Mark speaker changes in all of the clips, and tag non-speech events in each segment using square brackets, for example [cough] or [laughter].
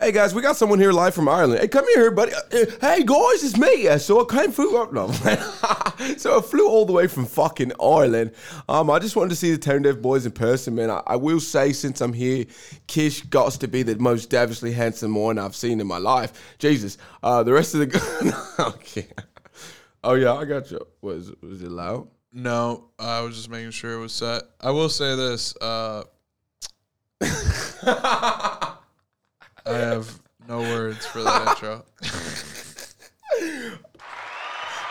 Speaker 1: Hey guys, we got someone here live from Ireland. Hey, come here, buddy. Uh, uh, Hey guys, it's me. Uh, So I came through. oh, No, [laughs] so I flew all the way from fucking Ireland. Um, I just wanted to see the Town Dev Boys in person, man. I, I will say, since I'm here, Kish got to be the most devilishly handsome one I've seen in my life. Jesus. Uh, the rest of the. [laughs] no, I'm kidding. Oh yeah, I got you. Was was it loud?
Speaker 2: No, I was just making sure it was set. I will say this. Uh, I have no words for
Speaker 1: [laughs]
Speaker 2: that intro.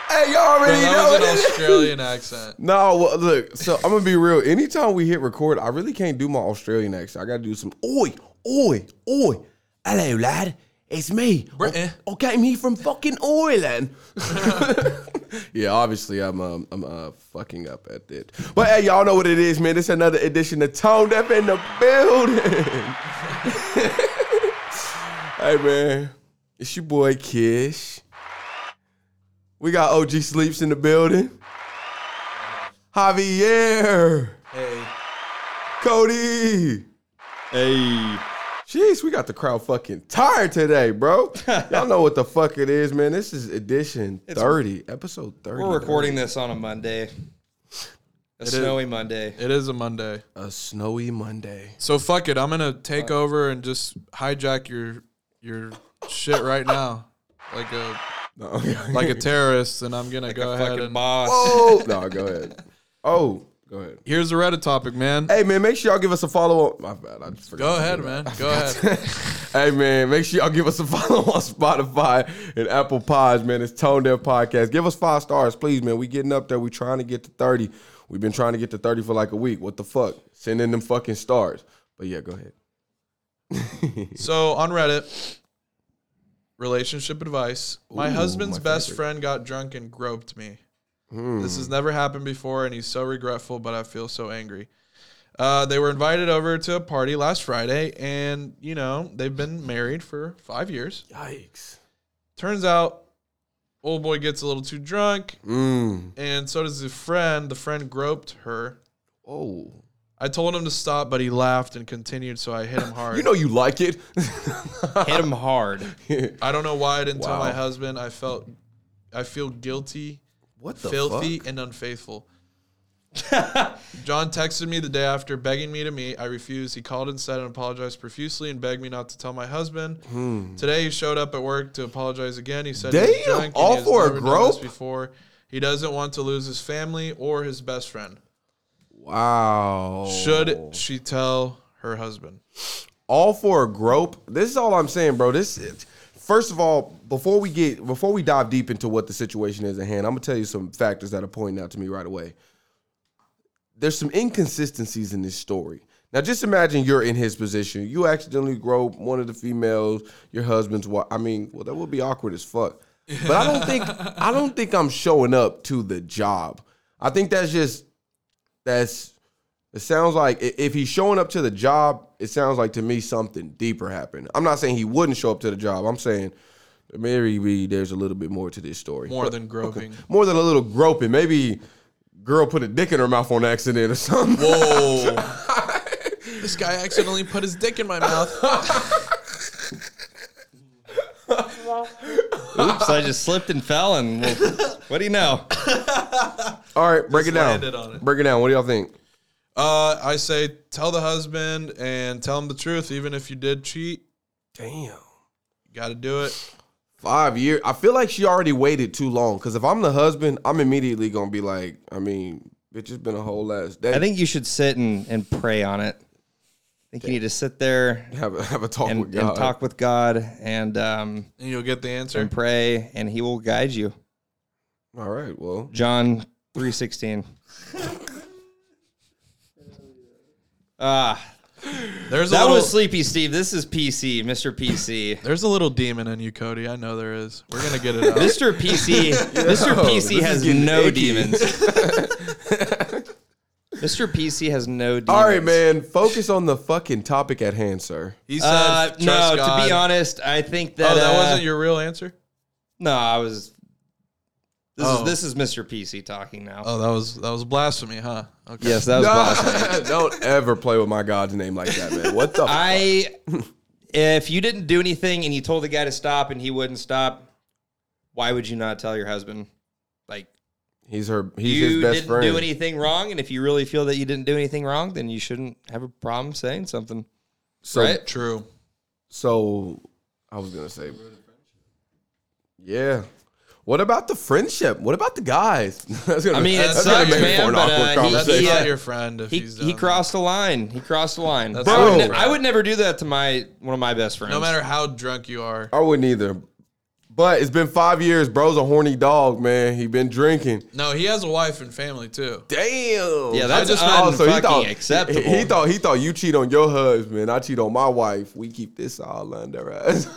Speaker 1: Hey, you already
Speaker 2: That
Speaker 1: know
Speaker 2: was
Speaker 1: what it
Speaker 2: an
Speaker 1: is.
Speaker 2: Australian accent.
Speaker 1: No, well, look. So I'm gonna be real. Anytime we hit record, I really can't do my Australian accent. I gotta do some oi, oi, oi. Hello, lad. It's me.
Speaker 2: Britain.
Speaker 1: I, I came here from fucking Ireland. yeah, obviously I'm um, I'm uh, fucking up at it. But hey, y'all know what it is, man. It's another edition of Tone Deaf in the building. [laughs] hey, man. It's your boy Kish. We got OG Sleeps in the building. Javier,
Speaker 2: Hey,
Speaker 1: Cody.
Speaker 3: Hey,
Speaker 1: Jeez, we got the crowd fucking tired today,
Speaker 2: [laughs]
Speaker 1: bro. Y'all know what the fuck it is, man. This is edition 30, episode 30.
Speaker 3: we're recording this on a Monday, a snowy Monday.
Speaker 2: it is a Monday,
Speaker 1: a snowy Monday.
Speaker 2: so fuck it. I'm gonna take over and just hijack your your shit right now, like a [laughs] like a terrorist. And I'm gonna go ahead
Speaker 3: Fucking
Speaker 2: and
Speaker 3: boss.
Speaker 1: [laughs] Oh, no, go ahead. Oh, go ahead.
Speaker 2: here's a Reddit topic, man.
Speaker 1: Hey, man, make sure y'all give us a follow on. My bad, I just forgot.
Speaker 2: Go
Speaker 1: to do that.
Speaker 2: ahead, man. Go ahead.
Speaker 1: hey man, make sure y'all give us a follow on Spotify and Apple Pods, man. It's Tone Deaf Podcast. Give us five stars, please, man. We getting up there. We trying to get to thirty. We've been trying to get to thirty for like a week. What the fuck? Send in them fucking stars. But yeah, go ahead. [laughs]
Speaker 2: So on Reddit, relationship advice. My
Speaker 1: Ooh,
Speaker 2: husband's
Speaker 1: my
Speaker 2: best
Speaker 1: favorite. Hmm.
Speaker 2: friend got drunk and groped me. This has never happened before, and he's so regretful, but I feel so angry. Uh, they were invited over to a party last Friday, and you know they've been married for five years.
Speaker 1: Yikes.
Speaker 2: Turns out, old boy gets a little too drunk,
Speaker 1: Mm.
Speaker 2: and so does his friend. The friend groped her.
Speaker 1: Oh.
Speaker 2: I told him to stop, but he laughed and continued, so I hit
Speaker 1: [laughs]
Speaker 2: him hard.
Speaker 1: You know you like it. [laughs]
Speaker 3: Hit him hard.
Speaker 2: I don't know why I didn't tell
Speaker 1: Wow.
Speaker 2: my husband. I felt, I feel guilty,
Speaker 1: what the
Speaker 2: filthy,
Speaker 1: fuck? [laughs]
Speaker 2: and unfaithful. John texted me the day after, begging me to meet. I refused. He called instead and apologized profusely and begged me not to tell my husband. Today he showed up at work to apologize again. He said, he was
Speaker 1: Hmm. Damn,
Speaker 2: drunk and
Speaker 1: all
Speaker 2: he has
Speaker 1: for a
Speaker 2: never done this
Speaker 1: grope?
Speaker 2: before. He doesn't want to lose his family or his best friend.
Speaker 1: Wow. Oh.
Speaker 2: Should she tell her husband?
Speaker 1: all for a grope. This is all I'm saying, bro. This first of all, before we get before we dive deep into what the situation is at hand, I'm gonna tell you some factors that are pointing out to me right away. There's some inconsistencies in this story. Now, just imagine you're in his position. You accidentally grope one of the females, your husband's wife. I mean, well, that would be awkward as fuck. But I don't think I don't think I'm showing up to the job. I think that's just that's it sounds like i- if he's showing up to the job, it sounds like to me something deeper happened. I'm not saying he wouldn't show up to the job. I'm saying maybe there's a little bit more to this story.
Speaker 2: More
Speaker 1: But-
Speaker 2: than groping.
Speaker 1: more than a little groping. Maybe girl put a dick in her mouth on accident or something.
Speaker 2: Whoa.
Speaker 1: Oh.
Speaker 2: [laughs] this guy accidentally put his dick in my mouth.
Speaker 3: Oops, I just slipped and fell, and well, what do you know?
Speaker 1: [laughs] All right, break it down.
Speaker 2: landed on it.
Speaker 1: Break it down. What do y'all think?
Speaker 2: Uh, I say tell the husband and tell him the truth, even if you did cheat.
Speaker 1: Damn.
Speaker 2: You got to do it.
Speaker 1: Five years. I feel like she already waited too long. Cause if I'm the husband, I'm immediately gonna be like, I mean, bitch, it's been a whole last day.
Speaker 3: I think you should sit and, and pray on it. I think you need to sit there
Speaker 1: have a, have a talk with
Speaker 3: and,
Speaker 1: God.
Speaker 3: and talk with Oh God and um,
Speaker 2: And you'll get the answer.
Speaker 3: and pray, and He will guide you.
Speaker 1: All right. Well,
Speaker 3: John three sixteen. Ah,
Speaker 2: There's a
Speaker 3: that
Speaker 2: little,
Speaker 3: was Sleepy Steve. This is PC, Mr. PC.
Speaker 2: there's a little demon in you, Cody. I know there is. We're gonna
Speaker 3: [laughs]
Speaker 2: get it out.
Speaker 3: Mr. PC, Mr.
Speaker 1: this
Speaker 3: PC
Speaker 1: is
Speaker 3: has
Speaker 1: getting
Speaker 3: no
Speaker 1: icky.
Speaker 3: demons. Mr. PC has no demons.
Speaker 1: all right, man. Focus on the fucking topic at hand,
Speaker 3: [laughs]
Speaker 1: sir.
Speaker 2: He said,
Speaker 3: Uh,
Speaker 2: "Trust
Speaker 3: no, to
Speaker 2: God."
Speaker 3: be honest, I think that
Speaker 2: oh, that
Speaker 3: uh,
Speaker 2: wasn't your real answer.
Speaker 3: No, I was. This
Speaker 2: Oh.
Speaker 3: is this is Mr. PC talking now.
Speaker 2: Oh, that was that was blasphemy, huh?
Speaker 1: [laughs]
Speaker 2: Okay.
Speaker 3: Yes, that was.
Speaker 1: Don't ever play with my God's name like that, man. What the?
Speaker 3: [laughs] I if you didn't do anything and you told the guy to stop and he wouldn't stop, why would you not tell your husband? Like
Speaker 1: He's her. He's
Speaker 3: you
Speaker 1: his best
Speaker 3: didn't
Speaker 1: friend.
Speaker 3: do anything wrong, and if you really feel that you didn't do anything wrong, then you shouldn't have a problem saying something.
Speaker 1: so,
Speaker 3: right?
Speaker 2: True.
Speaker 1: so I was gonna say, yeah. What about the friendship? What about the guys? [laughs] That's gonna-
Speaker 3: I mean, it
Speaker 1: that's
Speaker 3: sucks,
Speaker 1: gonna make
Speaker 3: man,
Speaker 1: for an
Speaker 3: but,
Speaker 1: awkward
Speaker 3: uh, he-
Speaker 2: That's
Speaker 1: conversation.
Speaker 2: not
Speaker 3: uh,
Speaker 2: your friend if
Speaker 3: He,
Speaker 2: he's
Speaker 3: he
Speaker 2: done.
Speaker 3: crossed the line. He crossed the line.
Speaker 2: That's
Speaker 3: I, would
Speaker 1: Bro.
Speaker 3: ne- I would never do that to my one of my best friends.
Speaker 2: No matter how drunk you are,
Speaker 1: I wouldn't either. But it's been five years. Bro's a horny dog, man. He been drinking.
Speaker 2: no, he has a wife and family too.
Speaker 1: Damn.
Speaker 3: Yeah, that's
Speaker 1: I
Speaker 3: un-
Speaker 1: so he
Speaker 3: fucking
Speaker 1: thought-
Speaker 3: acceptable.
Speaker 1: He, he thought he thought you cheat on your husband. I cheat on my wife. We keep this all under us. [laughs]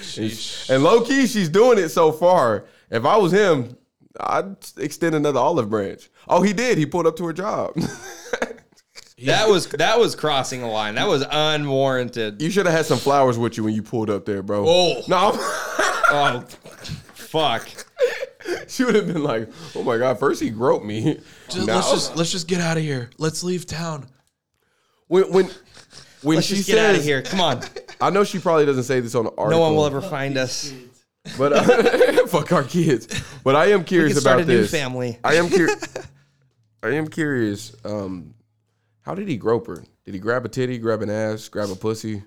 Speaker 2: Sheesh.
Speaker 1: and low key, she's doing it so far. If I was him, I'd extend another olive branch. Oh, he did. He pulled up to her job. [laughs]
Speaker 3: that was that was crossing the line. That was unwarranted.
Speaker 1: you should have had some flowers with you when you pulled up there, bro.
Speaker 2: Oh.
Speaker 1: no,
Speaker 3: oh, fuck.
Speaker 1: [laughs] she would have been like, "Oh my god!" First he groped me.
Speaker 2: Just,
Speaker 1: Now-
Speaker 2: Let's just let's just get out of here. Let's leave town.
Speaker 1: when when when
Speaker 3: Let's
Speaker 1: she
Speaker 3: just
Speaker 1: says,
Speaker 3: get out of here. Come on.
Speaker 1: I know she probably doesn't say this on the article.
Speaker 3: No one will ever find us.
Speaker 1: But uh, [laughs] fuck our kids. But I am
Speaker 3: We
Speaker 1: curious
Speaker 3: can start a
Speaker 1: about
Speaker 3: new
Speaker 1: this.
Speaker 3: family.
Speaker 1: I am
Speaker 3: [laughs]
Speaker 1: curious. I am curious. Um, how did he grope her? Did he grab a titty, grab an ass, grab a pussy?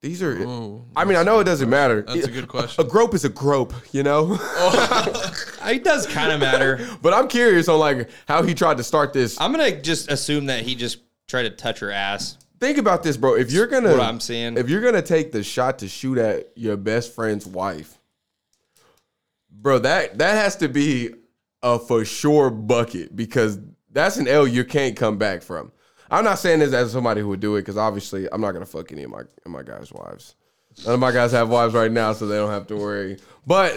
Speaker 1: These are.
Speaker 2: Oh,
Speaker 1: I mean, I know it doesn't matter.
Speaker 2: That's a
Speaker 3: [laughs]
Speaker 2: good
Speaker 1: A
Speaker 2: question.
Speaker 1: grope is a grope, you know. [laughs]
Speaker 3: Uh, It does kind of matter.
Speaker 1: but I'm curious on like how he tried to start this.
Speaker 3: I'm gonna just assume that he just tried to touch her ass.
Speaker 1: Think about this, bro. If you're gonna,
Speaker 3: What I'm seeing.
Speaker 1: if you're gonna take the shot to shoot at your best friend's wife, bro, that that has to be a for sure bucket because that's an L you can't come back from. I'm not saying this as somebody who would do it because obviously I'm not gonna fuck any of my of my guys' wives. None of my guys have wives right now, so they don't have to worry. But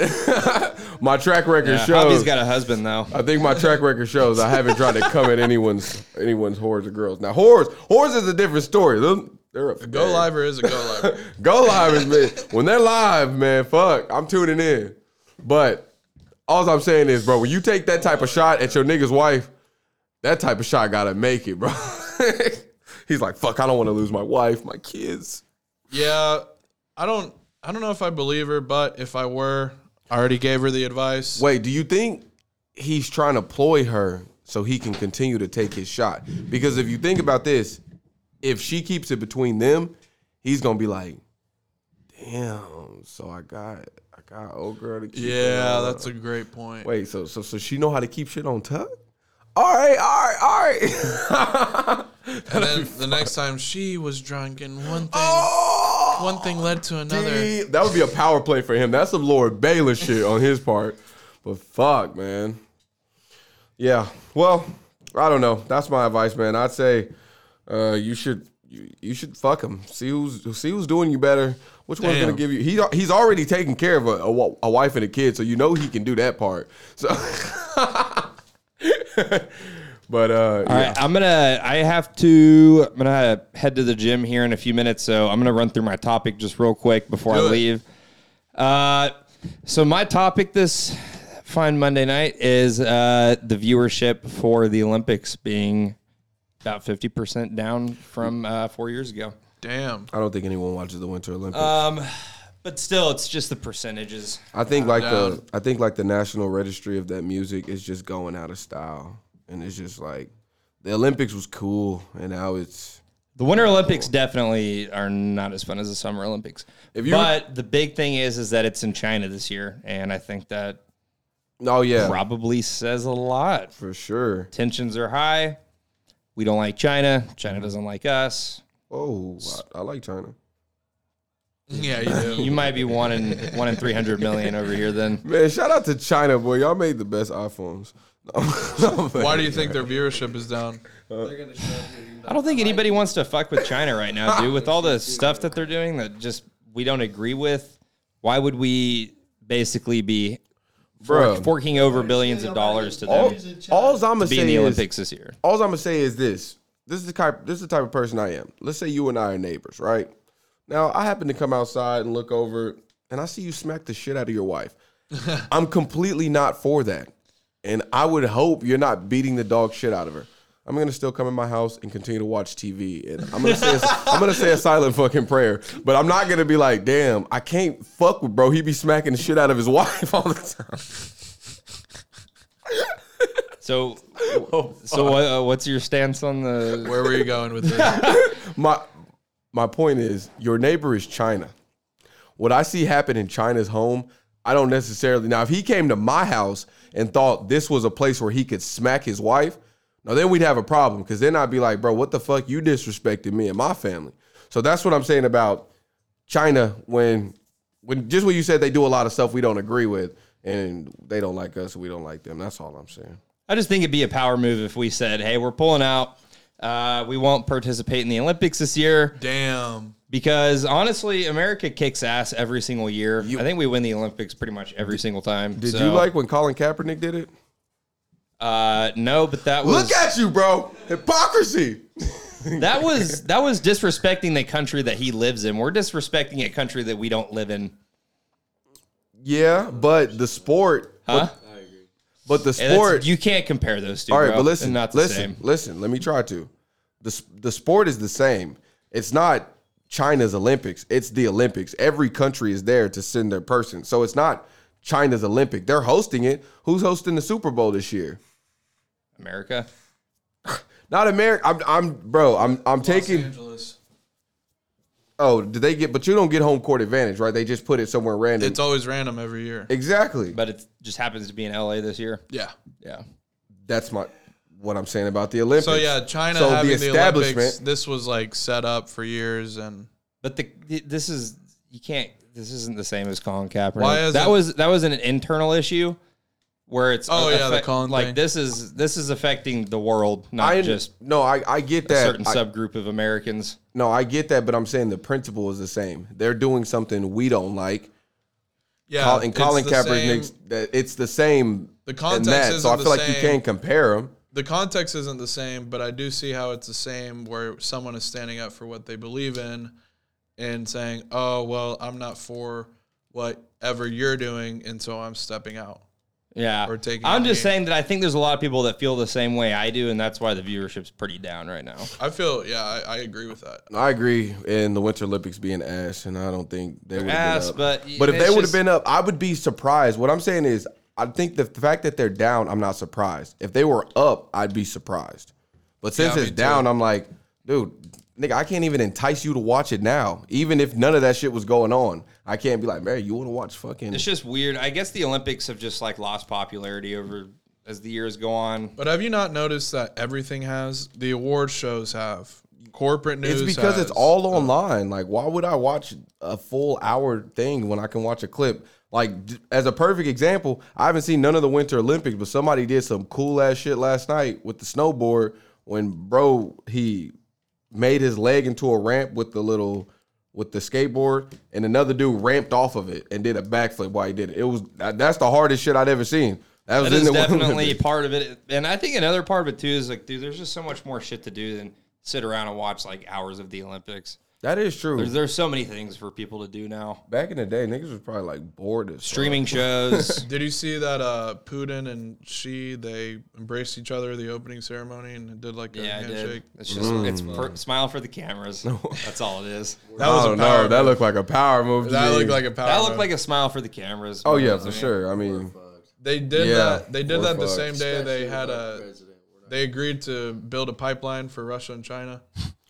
Speaker 1: [laughs] my track record
Speaker 3: Yeah,
Speaker 1: shows.
Speaker 3: Uh, Hobby's got a husband though.
Speaker 1: I think my track record shows I haven't tried to come at anyone's anyone's whores or girls. Now whores, whores is a different story. Them- They're up for
Speaker 2: Go
Speaker 1: grabs.
Speaker 2: live or is a go live?
Speaker 1: [laughs] Go live is man. When they're live, man, fuck, I'm tuning in. But all I'm saying is, bro, when you take that type of shot at your nigga's wife, that type of shot gotta make it, bro. [laughs] He's like, fuck, I don't want to lose my wife, my kids.
Speaker 2: yeah, I don't. I don't know if I believe her, but if I were, I already gave her the advice.
Speaker 1: Wait, do you think he's trying to ploy her so he can continue to take his shot? Because if you think about this, if she keeps it between them, he's gonna be like, "Damn, so I got I got old girl to keep." it
Speaker 2: Yeah,
Speaker 1: on."
Speaker 2: that's a great point.
Speaker 1: wait. So so so she know how to keep shit on tuck. All right, all right, [laughs] all right.
Speaker 2: and then the next time she was drunk, and one thing
Speaker 1: Oh,
Speaker 2: one thing led to another.
Speaker 1: D, that would be a power play for him. That's some Lord Baylor shit on his part. But fuck, man. Yeah. Well, I don't know. That's my advice, man. I'd say uh, you should you, you should fuck him. See who's see who's doing you better. Which one's
Speaker 2: Damn.
Speaker 1: gonna give you? He he's already taking care of a, a, wa- a wife and a kid, so you know he can do that part. So. [laughs] but uh,
Speaker 3: All right, I'm gonna. I have to. I'm gonna head to the gym here in a few minutes, so I'm gonna run through my topic just real quick before
Speaker 2: Do
Speaker 3: I
Speaker 2: it.
Speaker 3: leave. Uh, so my topic this fine Monday night is uh, the viewership for the Olympics being about 50 percent down from uh, four years ago.
Speaker 2: Damn.
Speaker 1: I don't think anyone watches the Winter Olympics.
Speaker 3: Um, but still, it's just the percentages.
Speaker 1: I think like the
Speaker 2: down.
Speaker 1: I think like the National Registry of that music is just going out of style, and it's just like the Olympics was cool, and now it's
Speaker 3: The Winter Olympics definitely are not as fun as the Summer Olympics.
Speaker 1: If you-
Speaker 3: but the big thing is, is that it's in China this year, and I think that
Speaker 1: oh yeah
Speaker 3: probably says a lot.
Speaker 1: for sure.
Speaker 3: Tensions are high. We don't like China. China doesn't like us.
Speaker 1: Oh, I, I like China.
Speaker 2: Yeah, you do.
Speaker 3: You might be one in one in three hundred million over here. Then
Speaker 1: Man, shout out to China, boy. Y'all made the best iPhones. [laughs]
Speaker 2: Why do you think their viewership is down?
Speaker 3: I don't think anybody wants to fuck with China right now, dude. With all the stuff that they're doing that just we don't agree with, why would we basically be
Speaker 1: Bruh.
Speaker 3: forking over billions of dollars to
Speaker 1: all,
Speaker 3: them
Speaker 1: all I'm gonna
Speaker 3: being
Speaker 1: say
Speaker 3: in the
Speaker 1: is
Speaker 3: Olympics this year?
Speaker 1: all I'm gonna say is this. This is the type. This is the type of person I am. Let's say you and I are neighbors, right? Now I happen to come outside and look over, and I see you smack the shit out of your wife. I'm completely not for that, and I would hope you're not beating the dog shit out of her. I'm gonna still come in my house and continue to watch TV, and I'm gonna say a, I'm gonna say a silent fucking prayer, but I'm not gonna be like, damn, I can't fuck with bro. He be smacking the shit out of his [laughs] wife all the time.
Speaker 3: So, so what, uh, what's your stance on the?
Speaker 2: Where were you going with
Speaker 1: [laughs]
Speaker 2: this?
Speaker 1: My my point is, your neighbor is China. What I see happen in China's home, I don't necessarily. Now, if he came to my house and thought this was a place where he could smack his wife, now then we'd have a problem because then I'd be like, bro, what the fuck? You disrespected me and my family. So that's what I'm saying about China when when just when you said they do a lot of stuff we don't agree with and they don't like us and we don't like them. That's all I'm saying.
Speaker 3: I just think it'd be a power move if we said, "Hey, we're pulling out. Uh, we won't participate in the Olympics this year
Speaker 2: Damn.
Speaker 3: because honestly, America kicks ass every single year. I think we win the Olympics pretty much every single time.
Speaker 1: Did
Speaker 3: So,
Speaker 1: you like when Colin Kaepernick did it?
Speaker 3: Uh, no, but that was
Speaker 1: Look at you, bro. Hypocrisy. [laughs]
Speaker 3: that was that was disrespecting the country that he lives in. We're disrespecting a country that we don't live in.
Speaker 1: Yeah, but the sport,
Speaker 3: Huh?
Speaker 1: but the
Speaker 3: And that's-
Speaker 1: sport.
Speaker 3: you can't compare those two.
Speaker 1: all right,
Speaker 3: bro.
Speaker 1: but listen,
Speaker 3: They're not the
Speaker 1: listen,
Speaker 3: same.
Speaker 1: listen. Let me try to. The s- the sport is the same. It's not China's Olympics. It's the Olympics. Every country is there to send their person. So it's not China's Olympic. They're hosting it. Who's hosting the Super Bowl this year?
Speaker 3: America.
Speaker 1: Not America. I'm, I'm bro. I'm I'm taking.
Speaker 2: Angeles.
Speaker 1: Oh, did they get? But you don't get home court advantage, right? They just put it somewhere random.
Speaker 2: It's always random every year.
Speaker 1: exactly.
Speaker 3: but it just happens to be in LA this year.
Speaker 2: Yeah.
Speaker 3: Yeah.
Speaker 1: That's my what I'm saying about the Olympics.
Speaker 2: So yeah, China
Speaker 1: So the
Speaker 2: having the, Olympics.
Speaker 1: establishment-
Speaker 2: This was like set up for years, and
Speaker 3: But the this is you can't this isn't the same as Colin Kaepernick.
Speaker 2: Why is
Speaker 3: that
Speaker 2: it-
Speaker 3: was that was an internal issue where it's
Speaker 2: Oh, yeah, the
Speaker 3: affect-
Speaker 2: Colin
Speaker 3: like
Speaker 2: thing.
Speaker 3: this is this is affecting the world, not
Speaker 1: I
Speaker 3: just
Speaker 1: no, I, I get
Speaker 3: a
Speaker 1: that.
Speaker 3: certain
Speaker 1: I-
Speaker 3: subgroup of Americans.
Speaker 1: no, I get that, but I'm saying the principle is the same. They're doing something we don't like.
Speaker 2: yeah,
Speaker 1: Col- and
Speaker 2: it's
Speaker 1: Colin
Speaker 2: the
Speaker 1: Kaepernick,
Speaker 2: same-
Speaker 1: that it's the same.
Speaker 2: The
Speaker 1: in
Speaker 2: context
Speaker 1: so I
Speaker 2: isn't
Speaker 1: feel
Speaker 2: the
Speaker 1: like you
Speaker 2: same.
Speaker 1: can't compare them.
Speaker 2: the context isn't the same, but I do see how it's the same where someone is standing up for what they believe in and saying, "Oh, well, I'm not for whatever you're doing, and so I'm stepping out."
Speaker 3: Yeah.
Speaker 2: Or taking
Speaker 3: I'm
Speaker 2: a
Speaker 3: just
Speaker 2: knee.
Speaker 3: saying that I think there's a lot of people that feel the same way I do, and that's why the viewership's pretty down right now.
Speaker 2: I feel, yeah, I, I agree with that.
Speaker 1: I agree in the Winter Olympics being ass, and I don't think they would have been
Speaker 3: Ass,
Speaker 1: up.
Speaker 3: but
Speaker 1: But if
Speaker 3: it's
Speaker 1: they would have
Speaker 3: just-
Speaker 1: been up, I would be surprised. What I'm saying is, I think the, the fact that they're down, I'm not surprised. If they were up, I'd be surprised. But since
Speaker 2: me
Speaker 1: it's
Speaker 2: too.
Speaker 1: down, I'm like, dude, nigga, I can't even entice you to watch it now. Even if none of that shit was going on, I can't be like, Mary, you want to watch fucking?
Speaker 3: It's just weird. I guess the Olympics have just like lost popularity over as the years go on.
Speaker 2: But have you not noticed that everything has the award shows have corporate news?
Speaker 1: It's because
Speaker 2: has.
Speaker 1: it's all
Speaker 3: Oh.
Speaker 1: online. Like, why would I watch a full hour thing when I can watch a clip? Like, d- as a perfect example, I haven't seen none of the Winter Olympics, but somebody did some cool ass shit last night with the snowboard when bro he made his leg into a ramp with the little with the skateboard, and another dude ramped off of it and did a backflip while he did it. It was that- that's the hardest shit I'd ever seen. That was
Speaker 3: That
Speaker 1: in
Speaker 3: is
Speaker 1: the [laughs] Winter
Speaker 3: definitely
Speaker 1: Olympics.
Speaker 3: part of it. And I think another part of it too is like, dude, there's just so much more shit to do than sit around and watch like hours of the Olympics.
Speaker 1: That is true.
Speaker 3: There's there's so many things for people to do now.
Speaker 1: Back in the day, niggas was probably like bored as fuck.
Speaker 3: Streaming [laughs] shows.
Speaker 2: Did you see that uh, Putin and she they embraced each other at the opening ceremony and did like a
Speaker 3: yeah, I did.
Speaker 2: handshake?
Speaker 3: It's just it's for, smile for the cameras. That's all
Speaker 2: [laughs]
Speaker 3: it is.
Speaker 2: That
Speaker 1: I
Speaker 2: was a
Speaker 1: don't
Speaker 2: power.
Speaker 1: know. Oh, That
Speaker 2: move.
Speaker 1: looked like a power move. to
Speaker 2: that
Speaker 1: me.
Speaker 2: looked like a power.
Speaker 3: That looked
Speaker 2: move.
Speaker 3: like a smile for the cameras.
Speaker 1: Oh yeah,
Speaker 3: That's
Speaker 1: for
Speaker 3: what I mean.
Speaker 1: sure. I mean,
Speaker 2: They did
Speaker 1: Yeah,
Speaker 2: that. They did
Speaker 1: we're
Speaker 2: that the
Speaker 1: fucked.
Speaker 2: same day they had a.
Speaker 4: president. We're not
Speaker 2: They agreed to build a pipeline for Russia
Speaker 1: [laughs]
Speaker 2: and China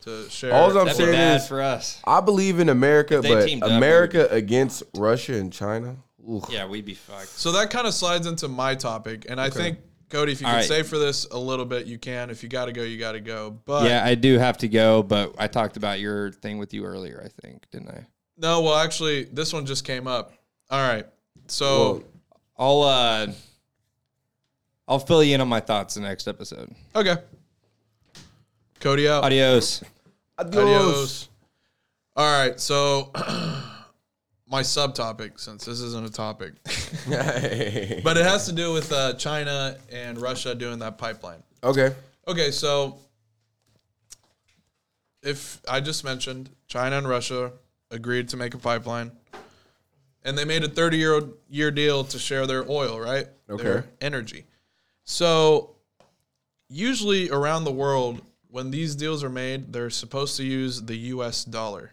Speaker 2: to share.
Speaker 1: All I'm
Speaker 3: That'd be
Speaker 1: saying
Speaker 3: bad
Speaker 1: is,
Speaker 3: for us.
Speaker 1: I believe in America,
Speaker 3: they
Speaker 1: but
Speaker 3: teamed up,
Speaker 1: America against Russia and China. Ooh.
Speaker 3: Yeah, we'd be fucked.
Speaker 2: so that kind of slides into my topic, and I think Cody, if you
Speaker 3: All
Speaker 2: can
Speaker 3: right.
Speaker 2: stay for this a little bit, you can. If you got to go, you got to go. But
Speaker 3: Yeah, I do have to go, but I talked about your thing with you earlier, I think, didn't I?
Speaker 2: no, well, actually, this one just came up. All right, so.
Speaker 1: Well,
Speaker 3: I'll uh I'll fill you in on my thoughts the next episode.
Speaker 2: Okay. Cody out.
Speaker 3: Adios.
Speaker 2: Adios. All right. So, [clears throat] my subtopic, since this isn't a topic, [laughs]
Speaker 1: Adios. [laughs]
Speaker 2: but it has to do with uh, China and Russia doing that pipeline.
Speaker 1: okay.
Speaker 2: Okay. So, if I just mentioned China and Russia agreed to make a pipeline and they made a 30 year year deal to share their oil, right?
Speaker 1: Okay.
Speaker 2: Their energy. So, usually around the world, when these deals are made, they're supposed to use the U.S. dollar.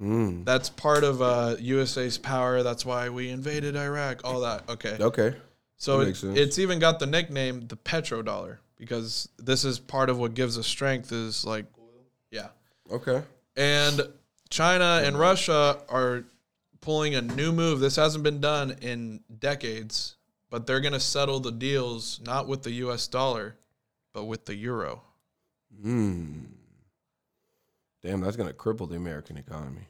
Speaker 1: Mm,
Speaker 2: That's part of uh, USA's power. That's why we invaded Iraq. All that. Okay.
Speaker 1: Okay.
Speaker 2: So
Speaker 1: That
Speaker 2: it,
Speaker 1: makes sense.
Speaker 2: it's even got the nickname the petrodollar because this is part of what gives us strength is like yeah.
Speaker 1: Okay.
Speaker 2: And China and Russia are pulling a new move. This hasn't been done in decades, but they're going to settle the deals not with the US dollar, but with the euro.
Speaker 1: Mm. Damn, that's gonna cripple the American economy.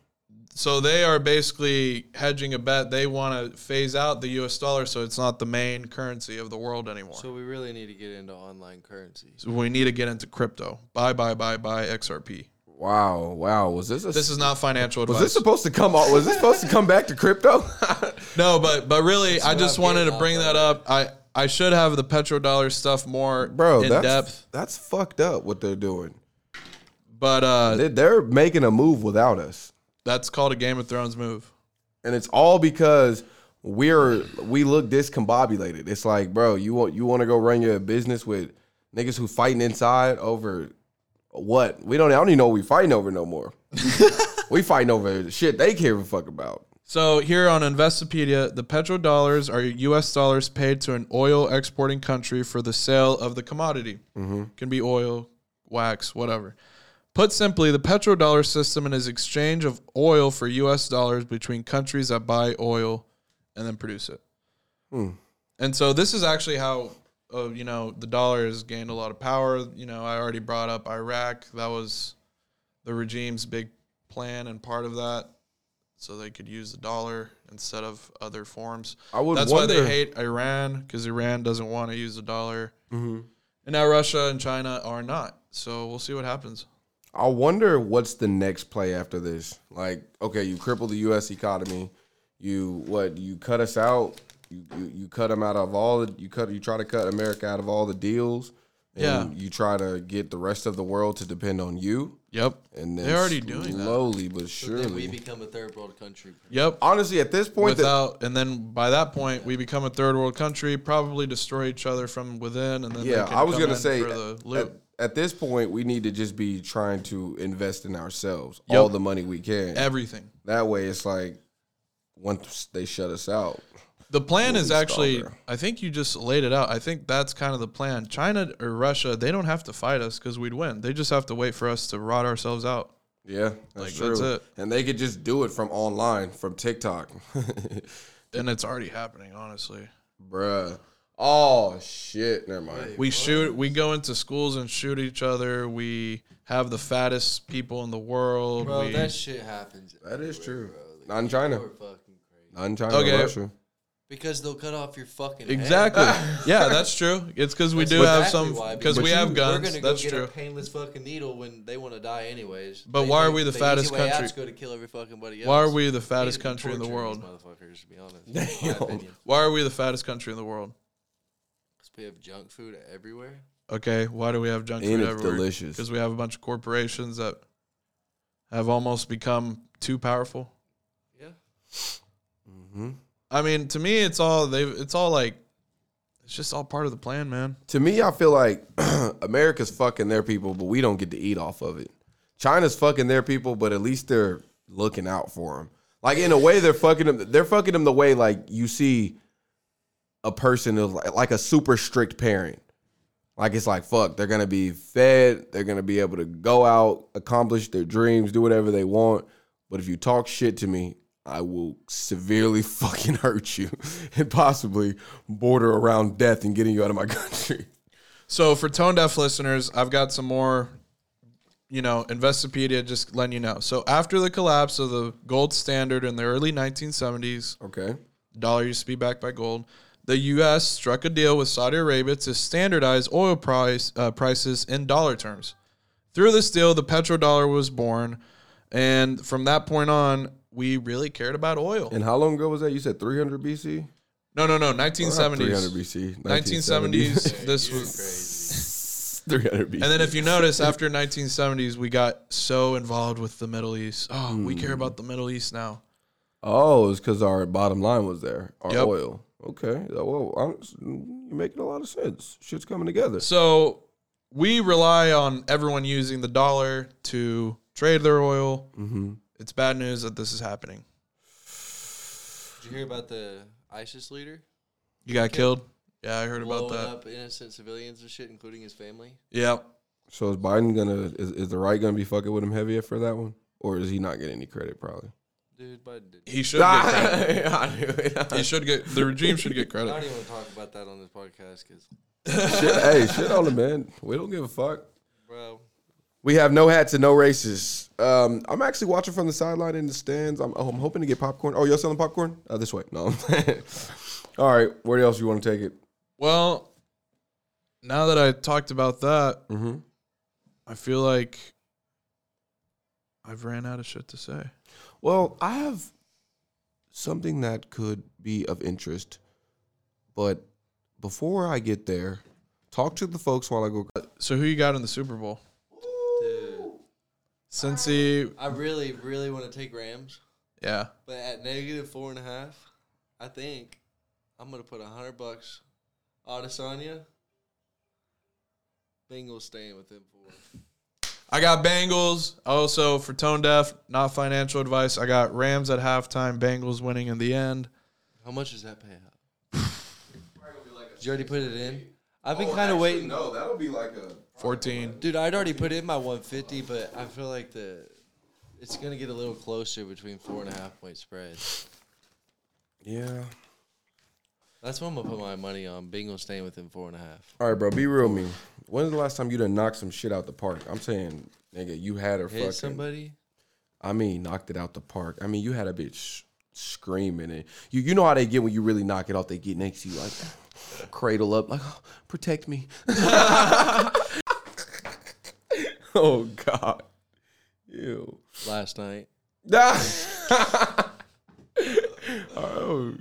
Speaker 2: So they are basically hedging a bet. They want to phase out the US dollar so it's not the main currency of the world anymore.
Speaker 4: So we really need to get into online currency.
Speaker 2: So we need to get into crypto. Buy, buy, buy, buy XRP.
Speaker 1: Wow. Wow. Was this a
Speaker 2: This is not financial
Speaker 1: was
Speaker 2: advice.
Speaker 1: this supposed to come off? Was this supposed to come back to crypto? [laughs]
Speaker 2: no, but but really, I
Speaker 4: what
Speaker 2: just
Speaker 4: I'm
Speaker 2: wanted
Speaker 4: getting
Speaker 2: to
Speaker 4: off
Speaker 2: bring
Speaker 4: of
Speaker 2: that
Speaker 4: it.
Speaker 2: up. I I should have the petrodollar stuff more
Speaker 1: Bro,
Speaker 2: in
Speaker 1: that's
Speaker 2: depth,
Speaker 1: that's fucked up what they're doing.
Speaker 2: but uh,
Speaker 1: They, they're making a move without us.
Speaker 2: that's called a Game of Thrones move.
Speaker 1: and it's all because we're we look discombobulated. It's like, bro, you want you want to go run your business with niggas who fighting inside over what? We don't. I don't even know what we fighting over no more. [laughs] we fighting over the shit they care a fuck about.
Speaker 2: So here on Investopedia, the petrodollars are U.S. dollars paid to an oil exporting country for the sale of the commodity. Can be oil, wax, whatever. Put simply, the petrodollar system is exchange of oil for U.S. dollars between countries that buy oil and then produce it. And so this is actually how, uh, you know, the dollar has gained a lot of power. You know, I already brought up Iraq. That was the regime's big plan and part of that so they could use the dollar instead of other forms.
Speaker 1: I would
Speaker 2: That's
Speaker 1: wonder.
Speaker 2: why they hate Iran because Iran doesn't want to use the dollar.
Speaker 1: Mm-hmm.
Speaker 2: And now Russia and China are not. So we'll see what happens.
Speaker 1: I wonder what's the next play after this. Like, okay, you cripple the U.S. economy. You what? You cut us out. You you, you cut them out of all. The, you cut. You try to cut America out of all the deals. And
Speaker 2: Yeah.
Speaker 1: You try to get the rest of the world to depend on you.
Speaker 2: Yep.
Speaker 1: And then
Speaker 2: They're already doing that.
Speaker 1: slowly but
Speaker 4: But then we
Speaker 1: surely.
Speaker 4: become a third world country.
Speaker 2: Yep.
Speaker 1: Honestly, at this point, that
Speaker 2: Without and then by that point we become a third world country, probably destroy each other from within, and then they
Speaker 1: yeah,
Speaker 2: can
Speaker 1: I was
Speaker 2: come
Speaker 1: gonna
Speaker 2: in
Speaker 1: say uh,
Speaker 2: for the
Speaker 1: at,
Speaker 2: loot.
Speaker 1: at- at this point we need to just be trying to invest in ourselves
Speaker 2: Yep.
Speaker 1: all the money we can.
Speaker 2: everything.
Speaker 1: that way, it's like once they shut us out.
Speaker 2: The plan is
Speaker 1: Movie
Speaker 2: actually,
Speaker 1: stalker.
Speaker 2: I think you just laid it out. I think that's kind of the plan. China or Russia, they don't have to fight us because we'd win. They just have to wait for us to rot ourselves out.
Speaker 1: Yeah,
Speaker 2: Like,
Speaker 1: that's
Speaker 2: that's
Speaker 1: true.
Speaker 2: it.
Speaker 1: And they could just do it from online, from TikTok. [laughs]
Speaker 2: And it's already happening, honestly.
Speaker 1: Bruh. Oh, shit. Never mind.
Speaker 2: We shoot, we go into schools and shoot each other. We have the fattest people in the world.
Speaker 4: Bro,
Speaker 2: we,
Speaker 4: that shit happens.
Speaker 1: That is true.
Speaker 4: everywhere, bro.
Speaker 1: Not in China.
Speaker 4: People are fucking crazy.
Speaker 1: Not in China,
Speaker 2: Okay.
Speaker 1: Russia.
Speaker 4: Because they'll cut off your fucking head. [laughs]
Speaker 2: exactly. yeah, that's true. It's because we
Speaker 4: That's
Speaker 2: do have
Speaker 4: exactly
Speaker 2: some,
Speaker 4: why,
Speaker 2: because we
Speaker 1: you-
Speaker 2: have
Speaker 1: we're
Speaker 2: [laughs]
Speaker 4: We're
Speaker 2: guns.
Speaker 4: gonna go
Speaker 2: That's
Speaker 4: get a
Speaker 2: true.
Speaker 4: painless fucking needle when they want to die anyways.
Speaker 2: But
Speaker 4: They
Speaker 2: why are
Speaker 4: think
Speaker 2: we the
Speaker 4: easy
Speaker 2: fattest
Speaker 4: way out's
Speaker 2: country?
Speaker 4: go to kill every fucking buddy
Speaker 2: Why are
Speaker 4: else.
Speaker 2: we the
Speaker 4: Need to
Speaker 2: fattest
Speaker 4: be
Speaker 2: country in the
Speaker 4: torturing
Speaker 2: world?
Speaker 4: these Motherfuckers, to be honest. in my opinion.
Speaker 2: Why are we the fattest country in the world?
Speaker 4: 'Cause we have junk food everywhere.
Speaker 2: Okay, why do we have junk
Speaker 1: And
Speaker 2: food
Speaker 1: it's
Speaker 2: everywhere?
Speaker 1: delicious.
Speaker 2: Because we have a bunch of corporations that have almost become too powerful.
Speaker 4: Yeah.
Speaker 2: I mean, to me, it's all they. have It's all like, it's just all part of the plan, man.
Speaker 1: To me, I feel like [clears throat] America's fucking their people, but we don't get to eat off of it. China's fucking their people, but at least they're looking out for them. Like in a way, they're fucking them. They're fucking them the way like you see a person is like, like a super strict parent. Like it's like fuck, they're gonna be fed, they're gonna be able to go out, accomplish their dreams, do whatever they want. But if you talk shit to me, I will severely [laughs] fucking hurt you [laughs] and possibly border around death and getting you out of my [laughs] country.
Speaker 2: So for tone deaf listeners, I've got some more, you know, Investopedia just letting you know. So after the collapse of the gold standard in the early 1970s,
Speaker 1: Okay.
Speaker 2: dollar used to be backed by gold. The U.S. struck a deal with Saudi Arabia to standardize oil price uh, prices in dollar terms. Through this deal, the petrodollar was born, and from that point on, we really cared about oil.
Speaker 1: And how long ago was that? You said 300 BC?
Speaker 2: No, no, no,
Speaker 1: Not 300
Speaker 2: 1970s.
Speaker 1: BC.
Speaker 2: 1970s. This was, [laughs]
Speaker 1: [laughs] 300 BC.
Speaker 2: and then if you notice, after 1970s, we got so involved with the Middle East. Oh, we care about the Middle East now.
Speaker 1: oh, it's because our bottom line was there, our
Speaker 2: Yep.
Speaker 1: oil. Okay. Well, I'm, you're making a lot of sense. Shit's coming together.
Speaker 2: So we rely on everyone using the dollar to trade their oil.
Speaker 1: Mm-hmm.
Speaker 2: It's bad news that this is happening.
Speaker 4: Did you hear about the ISIS leader
Speaker 2: You got killed. Yeah, I heard about
Speaker 4: blowing
Speaker 2: that.
Speaker 4: up innocent civilians and shit, including his family?
Speaker 2: Yeah.
Speaker 1: So is Biden gonna is, is the right gonna be fucking with him heavier for that one, or is he not getting any credit? Probably.
Speaker 4: Dude,
Speaker 2: [laughs]
Speaker 4: Biden did.
Speaker 2: He should get credit.
Speaker 1: I knew it.
Speaker 2: He should get the regime should get
Speaker 4: I don't
Speaker 2: credit.
Speaker 4: even want to talk about that on this podcast because,
Speaker 1: Shit- hey, shit on him, man. We don't give a fuck.
Speaker 4: bro,
Speaker 1: We have no hats and no races. Um, I'm actually watching from the sideline in the stands. I'm, oh, I'm hoping to get popcorn. Oh, you're selling popcorn? Uh, this way. No. [laughs] All right. Where else you want to take it?
Speaker 2: Well, now that I talked about that,
Speaker 1: Mm-hmm.
Speaker 2: I feel like I've ran out of shit to say.
Speaker 1: Well, I have something that could be of interest, but before I get there, talk to the folks while I go.
Speaker 2: So who you got in the Super Bowl?
Speaker 4: dude,
Speaker 2: Cincy,
Speaker 4: I really, really want to take Rams,
Speaker 2: yeah.
Speaker 4: but at negative four and a half, I think I'm gonna put a hundred bucks on Adesanya. Bengals staying with him for.
Speaker 2: I got Bengals. Also for tone deaf, not financial advice. I got Rams at halftime, Bengals winning in the end.
Speaker 4: How much does that pay out? Did you already put it in? I've been kind of waiting.
Speaker 1: Oh, No, that'll be like a.
Speaker 2: 14.
Speaker 4: Dude, I'd already put in my 150, but I feel like the it's gonna get a little closer between four and a half point spread.
Speaker 1: Yeah.
Speaker 4: That's what I'm gonna put my money on. Bengals staying within four and a half.
Speaker 1: All right, bro. Be real, with me. When's the last time you done knocked some shit out the park? I'm saying, nigga, you had her
Speaker 4: Hit
Speaker 1: fucking.
Speaker 4: somebody.
Speaker 1: I mean, knocked it out the park. I mean, you had a bitch screaming and you you know how they get when you really knock it off. They get next to you like cradle up, like "Oh, protect
Speaker 4: [laughs]
Speaker 1: me. [laughs] oh God, ew.
Speaker 4: last night.
Speaker 1: [laughs] oh,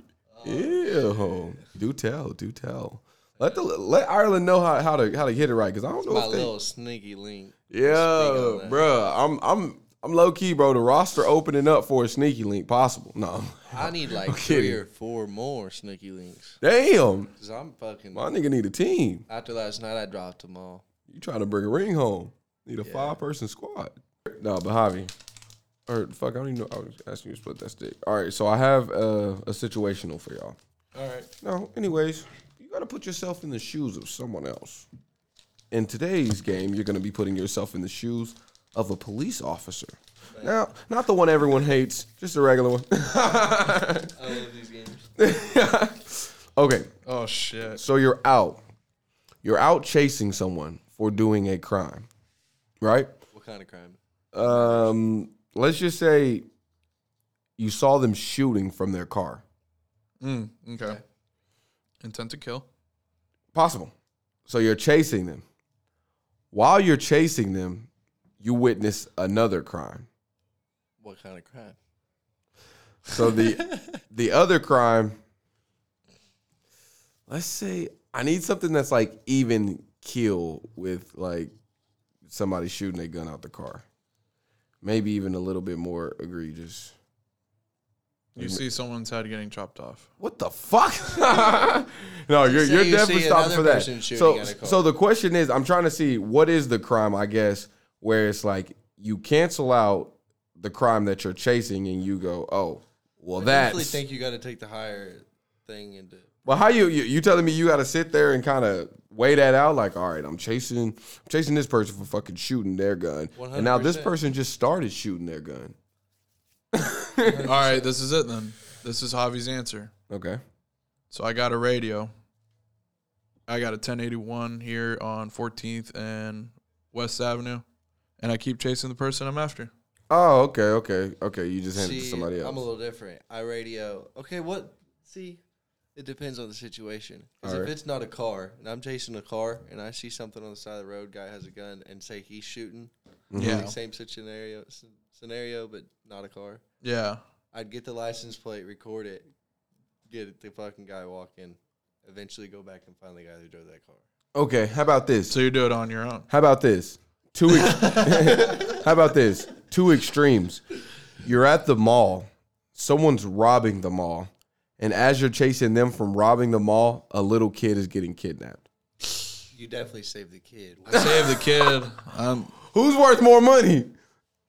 Speaker 1: ew. Do tell, do tell. Let the let Ireland know how, how to how to hit it right because I don't know
Speaker 4: My
Speaker 1: if they
Speaker 4: little sneaky link.
Speaker 1: yeah,
Speaker 4: Speak on that.
Speaker 1: bruh. I'm I'm I'm low key, bro. The roster opening up for a sneaky link possible. No,
Speaker 4: I need like
Speaker 1: kidding.
Speaker 4: three or four more sneaky links.
Speaker 1: [laughs] damn.
Speaker 4: Cause I'm fucking.
Speaker 1: My nigga need a team.
Speaker 4: After last night, I dropped them all.
Speaker 1: You trying to bring a ring home? Need a five person squad. No, but Javi. Or fuck, I don't even know. I was asking you to split that stick. All right, so I have uh, a situational for y'all.
Speaker 2: All right.
Speaker 1: No, anyways, you got to put yourself in the shoes of someone else. In today's game, you're going to be putting yourself in the shoes of a police officer. Now, not the one everyone hates, just a regular one. [laughs]
Speaker 4: I love these games.
Speaker 1: okay,
Speaker 2: Oh shit.
Speaker 1: so you're out. You're out chasing someone for doing a crime, right?
Speaker 4: What kind of crime?
Speaker 1: Um, let's just say you saw them shooting from their car.
Speaker 2: Mm, okay. Intent to kill.
Speaker 1: Possible. So you're chasing them. While you're chasing them, you witness another crime.
Speaker 4: What kind of crime?
Speaker 1: So the the other crime, let's say I need something that's like even kill with like somebody shooting a gun out the car. Maybe even a little bit more egregious.
Speaker 2: You see someone's head getting chopped off.
Speaker 1: What the fuck? [laughs] no, you're,
Speaker 4: Say
Speaker 1: you're
Speaker 4: you
Speaker 1: definitely
Speaker 4: see
Speaker 1: stopping
Speaker 4: another
Speaker 1: for that.
Speaker 4: person shooting
Speaker 1: So,
Speaker 4: at a car.
Speaker 1: so the question is, I'm trying to see what is the crime, I guess, where it's like you cancel out the crime that you're chasing and you go, oh, well,
Speaker 4: I
Speaker 1: that.
Speaker 4: definitely think you got to take the higher thing into.
Speaker 1: Well, how you, you you telling me you got to sit there and kind of weigh that out? Like, all right, I'm chasing, I'm chasing this person for fucking shooting their gun, and now this
Speaker 4: 100%.
Speaker 1: person just started shooting their gun.
Speaker 2: All right, this is it then. This is Javi's answer.
Speaker 1: Okay,
Speaker 2: So I got a radio. I got a 1081 here on 14th and West Avenue, and I keep chasing the person I'm after.
Speaker 1: oh, okay, okay, okay. You just handed it to
Speaker 4: See,
Speaker 1: somebody else.
Speaker 4: I'm a little different. I radio. Okay, what? See, it depends on the situation. 'Cause if
Speaker 1: Alright.
Speaker 4: it's not a car and I'm chasing a car and I see something on the side of the road, guy has a gun, and say he's shooting.
Speaker 2: Yeah,
Speaker 4: Like same scenario, sc- scenario, but not a car.
Speaker 2: yeah.
Speaker 4: I'd get the license plate, record it, get the fucking guy walking, eventually go back and find the guy who drove that car.
Speaker 1: okay, how about this?
Speaker 2: So you do it on your own.
Speaker 1: How about this? Two. Ex- How about this? Two extremes. You're at the mall. Someone's robbing the mall, and as you're chasing them from robbing the mall, a little kid is getting kidnapped.
Speaker 4: You definitely saved the
Speaker 1: [laughs]
Speaker 4: kid.
Speaker 2: Save the kid. Um,
Speaker 1: Who's worth more money?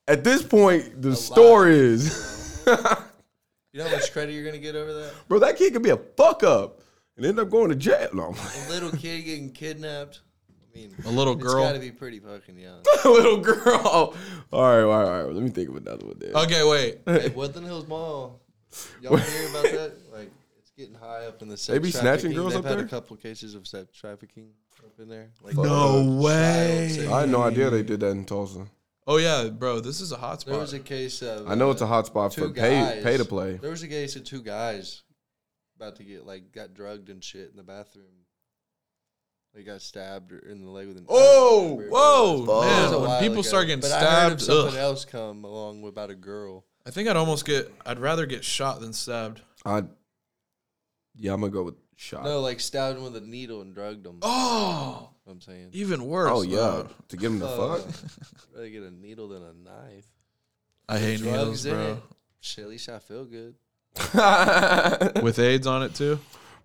Speaker 1: At this point, the store is. [laughs]
Speaker 4: You know how much credit you're gonna get over that?
Speaker 1: Bro, that kid could be a fuck up and end up going to jail. No,
Speaker 4: [laughs] A little kid getting kidnapped. I mean,
Speaker 2: a little
Speaker 4: it's gotta
Speaker 2: girl.
Speaker 4: be pretty fucking young.
Speaker 1: little girl. All right, all right, all right. Let me think of another one there.
Speaker 2: Okay, wait.
Speaker 1: [laughs]
Speaker 4: hey, Woodland Hills Mall. Y'all hear about that? Like, it's getting high up in the. Sex
Speaker 1: They be snatching
Speaker 4: trafficking.
Speaker 1: girls
Speaker 4: They've
Speaker 1: up
Speaker 4: had
Speaker 1: there?
Speaker 4: a couple cases of sex trafficking up in there. Like,
Speaker 2: No
Speaker 4: child
Speaker 2: way.
Speaker 4: sex-
Speaker 1: I had no idea they did that in Tulsa.
Speaker 2: Oh yeah, bro. This is a hot
Speaker 4: There was
Speaker 2: spot.
Speaker 4: a case of.
Speaker 1: I know it's a
Speaker 4: uh,
Speaker 1: hot spot for
Speaker 4: two
Speaker 1: pay,
Speaker 4: guys.
Speaker 1: pay to play.
Speaker 4: There was a case of two guys about to get like got drugged and shit in the bathroom. They got stabbed or in the leg with an. I don't
Speaker 2: Oh,
Speaker 4: remember.
Speaker 2: whoa,
Speaker 4: It was a
Speaker 2: man,
Speaker 4: while
Speaker 2: when people
Speaker 4: ago.
Speaker 2: start getting
Speaker 4: but I heard of
Speaker 2: stabbed,
Speaker 4: something
Speaker 2: ugh.
Speaker 4: else come along about a girl.
Speaker 2: I think I'd almost get. I'd rather get shot than stabbed.
Speaker 1: I, yeah, I'm gonna go with shot.
Speaker 4: No, like stabbed him with a needle and drugged him.
Speaker 2: Oh,
Speaker 4: I'm saying.
Speaker 2: even worse.
Speaker 1: oh yeah,
Speaker 2: though.
Speaker 1: to get him the
Speaker 4: Uh,
Speaker 1: fuck.
Speaker 4: [laughs] rather get a needle than a knife.
Speaker 2: I hate needles,
Speaker 4: in
Speaker 2: bro.
Speaker 4: it. Shit, at least I
Speaker 2: [laughs]
Speaker 4: feel good.
Speaker 2: With AIDS on it too.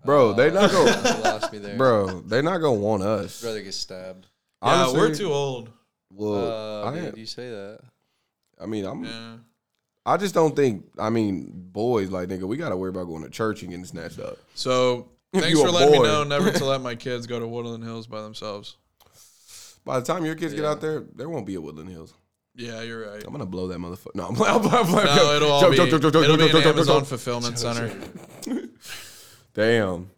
Speaker 1: bro,
Speaker 2: Uh,
Speaker 1: they not
Speaker 2: [laughs]
Speaker 1: gonna,
Speaker 4: You lost me there.
Speaker 1: bro, they not gonna want us.
Speaker 4: Rather get stabbed.
Speaker 1: Honestly,
Speaker 2: yeah, we're too old.
Speaker 1: Well,
Speaker 4: Uh,
Speaker 1: I,
Speaker 4: dude, you say that.
Speaker 1: I mean, I'm,
Speaker 2: Yeah.
Speaker 1: I just don't think. I mean, boys, like nigga, we gotta worry about going to church and getting snatched up.
Speaker 2: So
Speaker 1: [laughs]
Speaker 2: thanks
Speaker 1: You
Speaker 2: for
Speaker 1: a
Speaker 2: letting
Speaker 1: boy.
Speaker 2: me know
Speaker 1: [laughs]
Speaker 2: never to let my kids go to Woodland Hills by themselves.
Speaker 1: By the time your kids get
Speaker 4: Yeah.
Speaker 1: out there, there won't be a Woodland Hills.
Speaker 2: Yeah, you're right.
Speaker 1: I'm gonna [laughs] blow that motherfucker. No, I'm playing. I'm playing. I'm playing.
Speaker 2: No, it'll all
Speaker 1: Joke,
Speaker 2: be,
Speaker 1: joke, joke, joke, joke,
Speaker 2: it'll be
Speaker 1: joke,
Speaker 2: an
Speaker 1: joke, joke,
Speaker 2: Amazon
Speaker 1: joke.
Speaker 2: fulfillment center.
Speaker 1: Damn.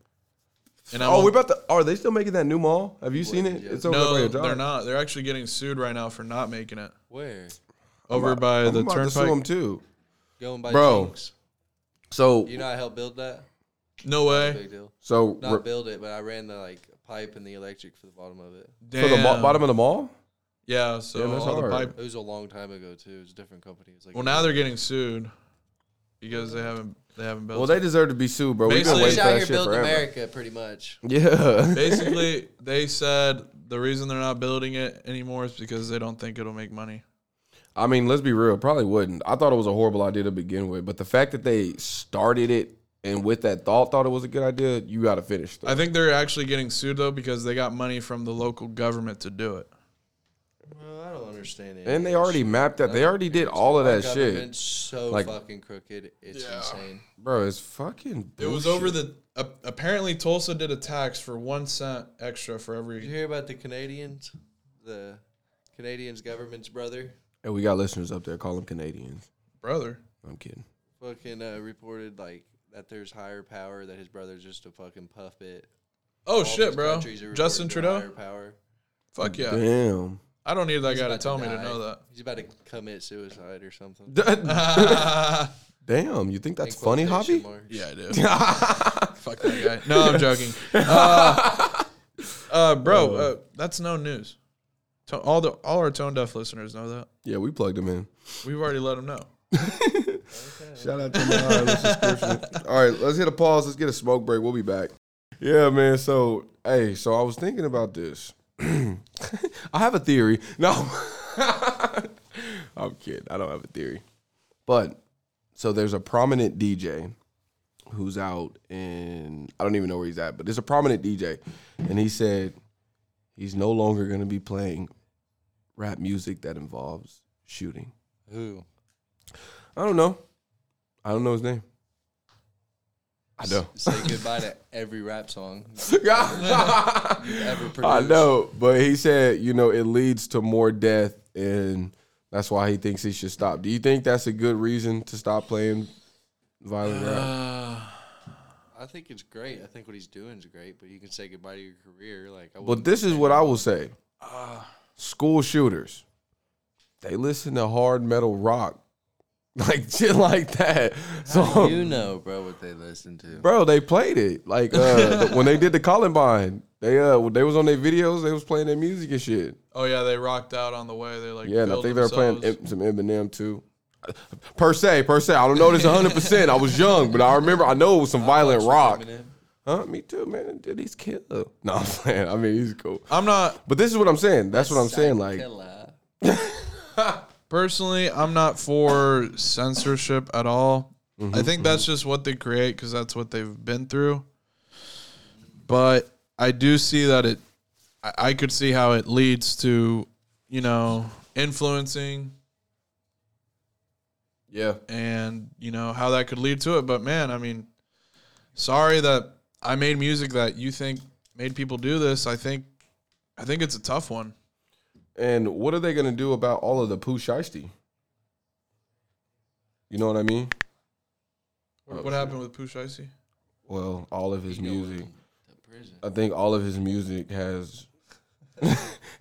Speaker 2: And I
Speaker 1: Oh, we
Speaker 2: won't-
Speaker 1: about to. Are they still making that new mall? Have you seen it?
Speaker 4: yeah.
Speaker 1: It's over there by
Speaker 2: no,
Speaker 1: your job.
Speaker 2: they're not. They're actually getting sued right now for not making it.
Speaker 4: Where?
Speaker 2: Over
Speaker 1: I'm
Speaker 2: by
Speaker 1: about
Speaker 2: the
Speaker 1: to sue them
Speaker 2: turnpike.
Speaker 1: too.
Speaker 4: Going by
Speaker 1: Bro.
Speaker 4: Jinx.
Speaker 1: So,
Speaker 4: You know I helped build that?
Speaker 2: No way.
Speaker 4: Big deal.
Speaker 1: so
Speaker 4: Not
Speaker 1: re-
Speaker 4: build it, but I ran the like pipe and the electric for the bottom of it.
Speaker 1: for
Speaker 2: Damn.
Speaker 1: the mo- bottom of the mall.
Speaker 2: Yeah. So
Speaker 1: Damn, that's
Speaker 2: all the
Speaker 1: hard.
Speaker 2: pipe.
Speaker 4: It was a long time ago too. It was a different company. It was like
Speaker 2: Well, now they're getting sued because they haven't they haven't built.
Speaker 1: Well,
Speaker 2: it.
Speaker 1: they deserve to be sued, bro. We've been
Speaker 2: Basically-
Speaker 1: waiting
Speaker 4: He's
Speaker 1: for
Speaker 4: out
Speaker 1: that
Speaker 4: here
Speaker 1: shit
Speaker 4: building
Speaker 1: forever.
Speaker 4: America, pretty much.
Speaker 1: [laughs] Yeah.
Speaker 2: basically they said the reason they're not building it anymore is because they don't think it'll make money.
Speaker 1: I mean, let's be real. Probably wouldn't. I thought it was a horrible idea to begin with, but the fact that they started it and with that thought thought it was a good idea, you got to finish.
Speaker 2: I
Speaker 1: Though.
Speaker 2: think they're actually getting sued though because they got money from the local government to do it.
Speaker 4: Well, I don't understand it.
Speaker 1: And they already mapped that. They already did all of that shit,
Speaker 4: So
Speaker 1: Like-
Speaker 4: fucking crooked. It's
Speaker 2: Yeah.
Speaker 4: insane.
Speaker 1: bro. It's fucking.
Speaker 2: It was
Speaker 1: bullshit.
Speaker 2: over the a apparently Tulsa did a tax for one cent extra for
Speaker 4: Did
Speaker 2: every.
Speaker 4: you hear about the Canadians? The Canadians government's brother
Speaker 1: And we got listeners up there. Call them Canadians.
Speaker 2: brother.
Speaker 1: I'm kidding.
Speaker 4: fucking uh, reported like that there's higher power that his brother's just a fucking puppet.
Speaker 2: Oh
Speaker 4: All
Speaker 2: shit,
Speaker 4: these
Speaker 2: bro!
Speaker 4: countries are
Speaker 2: Justin
Speaker 4: reporting
Speaker 2: Trudeau.
Speaker 4: they're higher power.
Speaker 2: Fuck yeah!
Speaker 1: Damn.
Speaker 2: I don't need that guy to
Speaker 4: about
Speaker 2: tell me to
Speaker 4: die.
Speaker 2: know that.
Speaker 4: He's about to commit suicide or something. [laughs]
Speaker 1: Damn. You think that's funny,
Speaker 4: Quotation
Speaker 1: Hobby?
Speaker 4: marks.
Speaker 2: Yeah, I do.
Speaker 4: [laughs]
Speaker 2: Fuck that guy. No, I'm joking. Uh, uh, bro,
Speaker 4: Oh.
Speaker 2: uh, that's no news. To- all the all our tone deaf listeners know that.
Speaker 1: Yeah, we plugged them in.
Speaker 2: We've already let them know.
Speaker 1: Shout out to my wireless subscription. [laughs] All right, let's hit a pause. Let's get a smoke break. We'll be back. Yeah, man. So, hey, so I was thinking about this. [clears throat] I have a theory. No, [laughs] I'm kidding. I don't have a theory. But so there's a prominent DJ who's out in I don't even know where he's at, but there's a prominent DJ, and he said he's no longer going to be playing rap music that involves shooting.
Speaker 4: Who?
Speaker 1: I don't know. I don't know his name. I know.
Speaker 4: Say goodbye to every rap song you ever produced.
Speaker 1: [laughs] [laughs] I know, but he said, you know, it leads to more death, and that's why he thinks he should stop. Do you think that's a good reason to stop playing violent rap?
Speaker 4: I think it's great. I think what he's doing is great, but you can say goodbye to your career. Like, I
Speaker 1: But
Speaker 4: wouldn't-
Speaker 1: this is what I will say: uh, school shooters, they listen to hard metal rock, [laughs] like shit like that. So
Speaker 4: [laughs] you know, bro, what they listen to.
Speaker 1: Bro, they played it like
Speaker 2: [laughs]
Speaker 1: uh, when they did the Columbine. They uh, when they was on their videos. They was playing their music and shit.
Speaker 2: Oh yeah, they rocked out on the way. They like
Speaker 1: Yeah, and I
Speaker 2: killed
Speaker 1: think they were playing
Speaker 2: themselves.
Speaker 1: M- some Eminem too. Per se, per se. I don't know this 100. percent I was young, but I remember. I know it was some violent rock.
Speaker 4: Eminem.
Speaker 1: Huh? Me too, man. Dude, he's killer. No, [laughs] I'm saying. I mean, he's cool.
Speaker 2: I'm not
Speaker 1: But this is what I'm saying. That's what I'm saying. Like,
Speaker 4: Killer.
Speaker 2: personally. I'm not for censorship at all. I think that's just what they create because that's what they've been through. But I do see that it, I, I could see how it leads to, you know, influencing
Speaker 1: Yeah.
Speaker 2: and, you know, how that could lead to it. But man, I mean, sorry that I made music that you think made people do this. I think, I think it's a tough one.
Speaker 1: And what are they going to do about all of the poo shiesty? You know what I mean?
Speaker 2: What,
Speaker 1: Oh,
Speaker 2: what
Speaker 1: shit.
Speaker 2: happened with Pooh Shiesty?
Speaker 1: Well, all of his
Speaker 4: You know,
Speaker 1: music.
Speaker 4: the prison.
Speaker 1: I think all of his music has [laughs]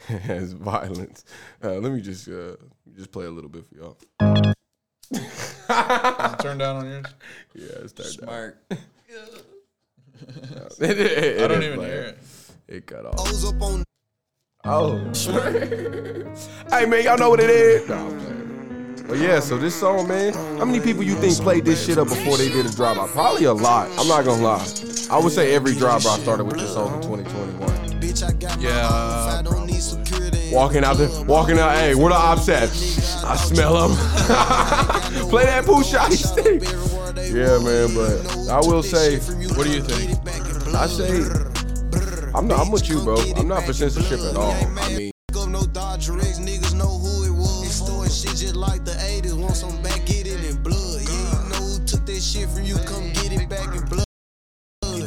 Speaker 1: has violence. Uh, let me just uh, let me just play a little bit for y'all.
Speaker 2: Is it turned down on yours?
Speaker 1: Yeah, it's turned down.
Speaker 4: Smart.
Speaker 1: [laughs] It- it-
Speaker 2: I don't
Speaker 1: is
Speaker 2: even
Speaker 1: bad.
Speaker 2: hear it.
Speaker 1: It cut off. Oh. [laughs] hey man, y'all know what it is. Nah, I'm playing. But yeah, so this song, man, how many people you think played this shit up before they did a drive by? Probably a lot. I'm not gonna lie. I would say every drive by started with this song in 2021.
Speaker 5: Bitch, I got my
Speaker 2: Yeah.
Speaker 5: own life, I don't need security.
Speaker 1: Walking out the, walking out, hey, where the ops at? I smell them. [laughs] Play that poo shot. Yeah, man, but I will say,
Speaker 2: What do you think?
Speaker 1: I say, I'm not, I'm with you, bro. I'm not for censorship at all. I mean,
Speaker 5: Up no Dodge rigs, niggas know who it was. Story shit just like the 80s. Want some back, get it in blood. Yeah, you know who took that shit from you, come get it back in blood.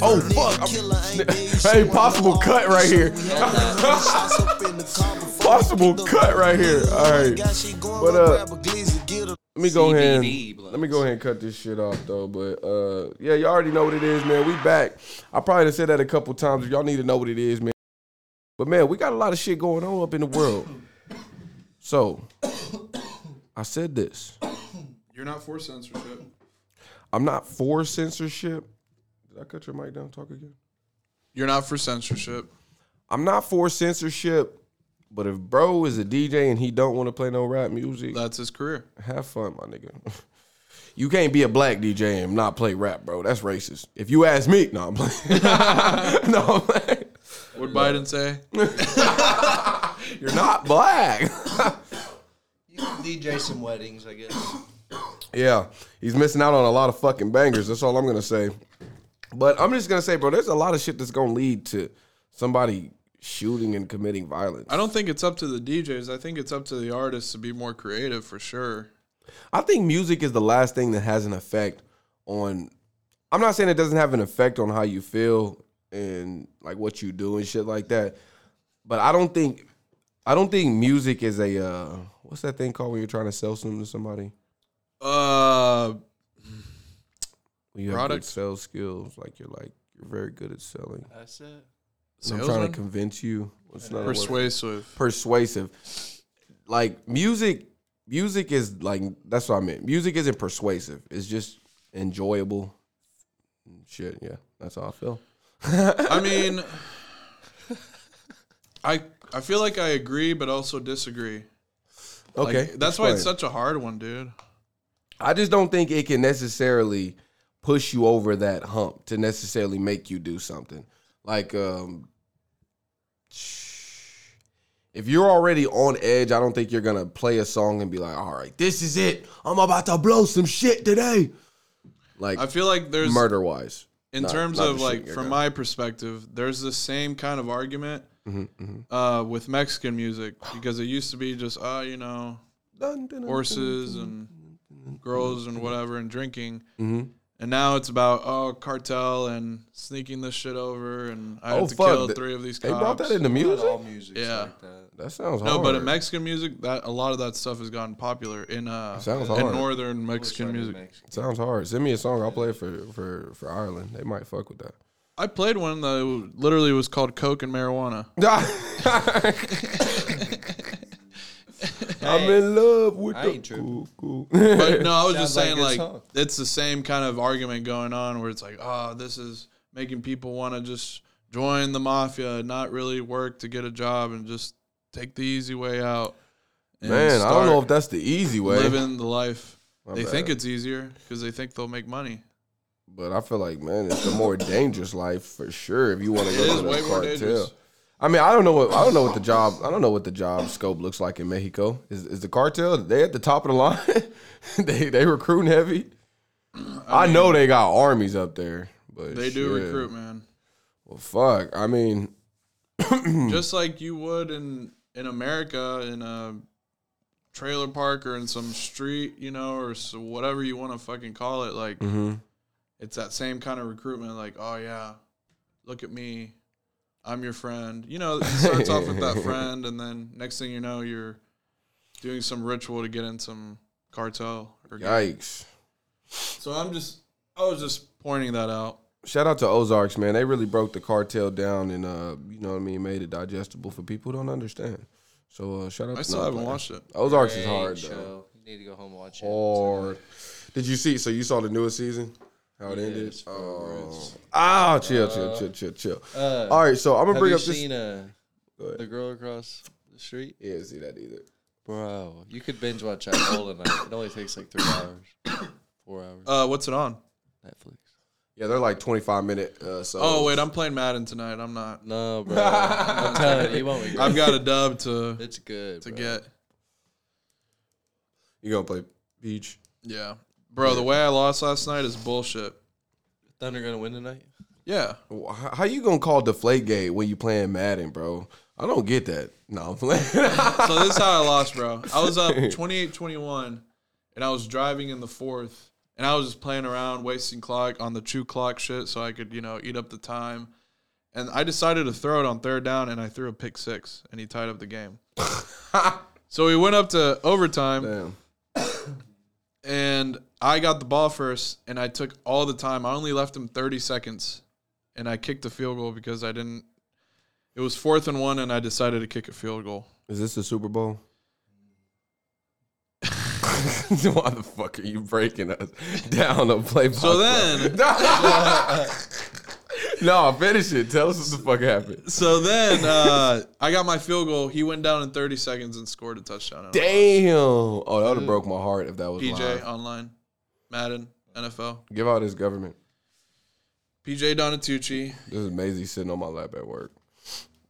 Speaker 1: oh fuck, I'm- hey, possible cut right here. [laughs] Possible cut right here. All right. But,
Speaker 5: But
Speaker 1: uh,
Speaker 5: uh,
Speaker 1: Let me go ahead.
Speaker 4: CBD
Speaker 1: And,
Speaker 4: blunts.
Speaker 1: let me go ahead and cut this shit off though. But uh, yeah, you already know what it is, man. We back. I probably done said that a couple times. If y'all need to know what it is, man. But man, we got a lot of shit going on up in the world. So I said this.
Speaker 2: You're not for censorship.
Speaker 1: I'm not for censorship. Did I cut your mic down? Talk again.
Speaker 2: You're not for censorship.
Speaker 1: I'm not for censorship. But if bro is a DJ and he don't want to play no rap music,
Speaker 2: That's his career.
Speaker 1: Have fun, my nigga. [laughs] You can't be a black DJ and not play rap, bro. That's racist. If you ask me, no, I'm playing. [laughs] no, I'm playing.
Speaker 2: Would Biden say?
Speaker 1: You're not black. [laughs]
Speaker 4: You can DJ some weddings, I guess.
Speaker 1: yeah, he's missing out on a lot of fucking bangers. That's all I'm gonna say. But I'm just gonna say, bro, there's a lot of shit that's gonna lead to somebody shooting and committing violence.
Speaker 2: I don't think it's up to the DJs. I think it's up to the artists to be more creative for sure.
Speaker 1: I think music is the last thing that has an effect on. I'm not saying it doesn't have an effect on how you feel and like what you do and shit like that, but I don't think, I don't think music is a uh, what's that thing called when you're trying to sell something to somebody?
Speaker 2: Uh,
Speaker 1: When you have good
Speaker 2: Product.
Speaker 1: sales skills, like you're like you're very good at selling.
Speaker 4: That's it.
Speaker 1: And I'm trying
Speaker 2: salesman?
Speaker 1: to convince you. It's not
Speaker 2: persuasive.
Speaker 1: persuasive. Like music, music is like that's what I meant. Music isn't persuasive. It's just enjoyable. Shit, yeah, that's how I feel.
Speaker 2: I mean, I I feel like I agree, but also disagree. Like,
Speaker 1: Okay,
Speaker 2: that's why it's
Speaker 1: explain.
Speaker 2: such a hard one, dude.
Speaker 1: I just don't think it can necessarily push you over that hump to necessarily make you do something. Like, um, if you're already on edge, I don't think you're gonna play a song and be like, "All right, this is it. I'm about to blow some shit today." Like,
Speaker 2: I feel like there's
Speaker 1: murder wise.
Speaker 2: in
Speaker 1: Not-
Speaker 2: terms
Speaker 1: not
Speaker 2: of
Speaker 1: the
Speaker 2: like
Speaker 1: shooting,
Speaker 2: from
Speaker 1: okay.
Speaker 2: my perspective there's the same kind of argument
Speaker 1: Mm-hmm,
Speaker 2: uh, with mexican music because it used to be just uh, you know horses and girls and whatever and drinking and now it's about oh cartel and sneaking this shit over and i
Speaker 1: Oh,
Speaker 2: had to
Speaker 1: fuck,
Speaker 2: kill
Speaker 1: th-
Speaker 2: three of these
Speaker 1: They
Speaker 2: cops
Speaker 1: brought that into
Speaker 4: Not
Speaker 1: music.
Speaker 4: all music's
Speaker 2: Yeah.
Speaker 4: like that.
Speaker 1: That sounds
Speaker 2: no
Speaker 1: hard.
Speaker 2: but in mexican music that a lot of that stuff has gotten popular in uh
Speaker 1: Sounds
Speaker 2: in
Speaker 1: hard.
Speaker 2: northern
Speaker 4: Wish I
Speaker 2: mexican
Speaker 4: knew
Speaker 2: music
Speaker 4: Mexican.
Speaker 1: sounds hard. Send me a song. I'll play it for for for Ireland. They might fuck with that. [laughs]
Speaker 2: i played one that literally was called coke and marijuana
Speaker 1: I'm in love with
Speaker 4: I
Speaker 1: the
Speaker 4: ain't tripping.
Speaker 1: cool, cool.
Speaker 2: But
Speaker 4: [laughs]
Speaker 2: no, I was
Speaker 4: Sounds
Speaker 2: just saying,
Speaker 4: like a
Speaker 2: like,
Speaker 4: song.
Speaker 2: it's the same kind of argument going on where it's like, oh, this is making people want to just join the mafia and not really work to get a job and just take the easy way out.
Speaker 1: [laughs]
Speaker 2: and
Speaker 1: Man, I don't know if
Speaker 2: start
Speaker 1: that's the easy way,
Speaker 2: living the life. they
Speaker 1: bad.
Speaker 2: think it's easier because they think they'll make money.
Speaker 1: but I feel like man, it's the more dangerous life for sure. If you want to
Speaker 2: It
Speaker 1: go
Speaker 2: is
Speaker 1: to
Speaker 2: way
Speaker 1: the
Speaker 2: more dangerous.
Speaker 1: cartel, I mean, I don't know what I don't know what the job I don't know what the job scope looks like [laughs] in Mexico. Is is the cartel they at the top of the line? they they recruiting heavy. I, know they got armies up there, but
Speaker 2: They do
Speaker 1: shit.
Speaker 2: recruit, man.
Speaker 1: Well, fuck. I mean, Hmm.
Speaker 2: Just like you would in in America in a trailer park or in some street, you know, or s whatever you want to fucking call it. Like
Speaker 1: mm-hmm,
Speaker 2: it's that same kind of recruitment. Like, oh yeah, look at me, I'm your friend. You know, it starts off with that friend, and then next thing you know, you're doing some ritual to get in some cartel or gang.
Speaker 1: yikes.
Speaker 2: So I'm just, I was just pointing that out.
Speaker 1: Shout out to Ozarks, man. They really broke the cartel down and uh, you know what I mean, made it digestible for people who don't understand. So uh, shout out.
Speaker 2: I
Speaker 1: to
Speaker 2: still
Speaker 1: Nah,
Speaker 2: haven't
Speaker 1: man.
Speaker 2: watched it.
Speaker 1: Ozarks is
Speaker 4: Great
Speaker 1: hard though. Oh,
Speaker 4: show. Need to go home and watch it.
Speaker 1: Hard. Did you see? So you saw the newest season? How it ended?
Speaker 4: it's
Speaker 1: Oh.
Speaker 4: forwards.
Speaker 1: Ah, chill, chill, chill, chill, chill.
Speaker 4: Uh,
Speaker 1: All right, so I'm gonna
Speaker 4: have
Speaker 1: bring
Speaker 4: you
Speaker 1: up this.
Speaker 4: seen uh,
Speaker 1: Go ahead.
Speaker 4: the girl across the street?
Speaker 1: Yeah, see that either.
Speaker 4: Bro, you could binge watch that all night. It only takes like three [coughs] hours, four hours.
Speaker 2: Uh, what's it on?
Speaker 4: Netflix.
Speaker 1: Yeah, they're like 25 minute. Uh, so
Speaker 2: Oh wait, I'm playing Madden tonight. I'm
Speaker 4: [laughs]
Speaker 1: [laughs]
Speaker 2: not.
Speaker 4: No, bro. I'm telling you, you won't regret.
Speaker 2: I've got a dub to
Speaker 4: it. It's good.
Speaker 2: to
Speaker 4: bro.
Speaker 2: get.
Speaker 1: you gonna play beach?
Speaker 2: Yeah, bro. The way I lost last night is bullshit.
Speaker 4: Thunder gonna win tonight.
Speaker 2: Yeah,
Speaker 1: Wh- How you gonna call Deflategate when you playing Madden, bro? I don't get that. No, I'm playing. [laughs]
Speaker 2: so this is how I lost, bro. I was up 28-21, and I was driving in the fourth, and I was just playing around, wasting clock on the two clock shit, so I could you know eat up the time. And I decided to throw it on third down, and I threw a pick six, and he tied up the game. so we went up to overtime.
Speaker 1: Damn.
Speaker 2: and I got the ball first, and I took all the time. I only left him 30 seconds, and I kicked the field goal because I didn't. It was fourth and one, and I decided to kick a field goal.
Speaker 1: Is this the Super Bowl? [laughs] Why the fuck are you breaking us down on play?
Speaker 2: So
Speaker 1: by
Speaker 2: then,
Speaker 1: play? [laughs] no, finish it. Tell us what the fuck happened.
Speaker 2: so then uh, I got my field goal. He went down in 30 seconds and scored a touchdown. And
Speaker 1: Damn. Oh, that would have broke my heart if that was
Speaker 2: PJ
Speaker 1: live.
Speaker 2: online, Madden, NFL.
Speaker 1: Give out his government.
Speaker 2: PJ Donatucci.
Speaker 1: This is Maisie sitting on my lap at work.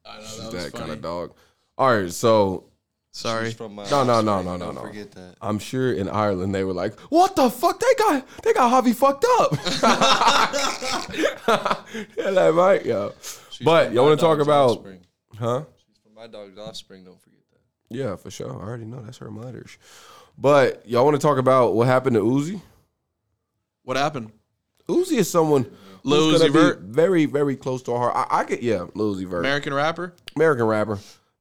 Speaker 2: I
Speaker 1: She's
Speaker 2: know that,
Speaker 1: that
Speaker 2: was
Speaker 1: kind
Speaker 2: funny.
Speaker 1: of dog. All right, so
Speaker 2: Sorry.
Speaker 4: She's From, uh,
Speaker 1: No, no, no,
Speaker 4: Spring.
Speaker 1: no, no,
Speaker 4: Don't
Speaker 1: no.
Speaker 4: Forget that.
Speaker 1: I'm sure in Ireland they were like, "What the fuck? They got they got Javi fucked up." [laughs] yeah, that might, yo.
Speaker 4: She's
Speaker 1: but
Speaker 4: from
Speaker 1: y'all
Speaker 4: my
Speaker 1: want to talk
Speaker 4: dog's
Speaker 1: about,
Speaker 4: offspring.
Speaker 1: huh?
Speaker 4: She's from my dog's offspring. Don't forget that.
Speaker 1: Yeah, for sure. I already know that's her mother's. But y'all want to talk about what happened to Uzi?
Speaker 2: What happened?
Speaker 1: Uzi is someone
Speaker 2: Lil
Speaker 1: who's gonna
Speaker 2: Uzi
Speaker 1: be
Speaker 2: Vert.
Speaker 1: very, very close to our heart. I, I could, yeah, Lil Uzi Vert,
Speaker 2: American rapper.
Speaker 1: American rapper,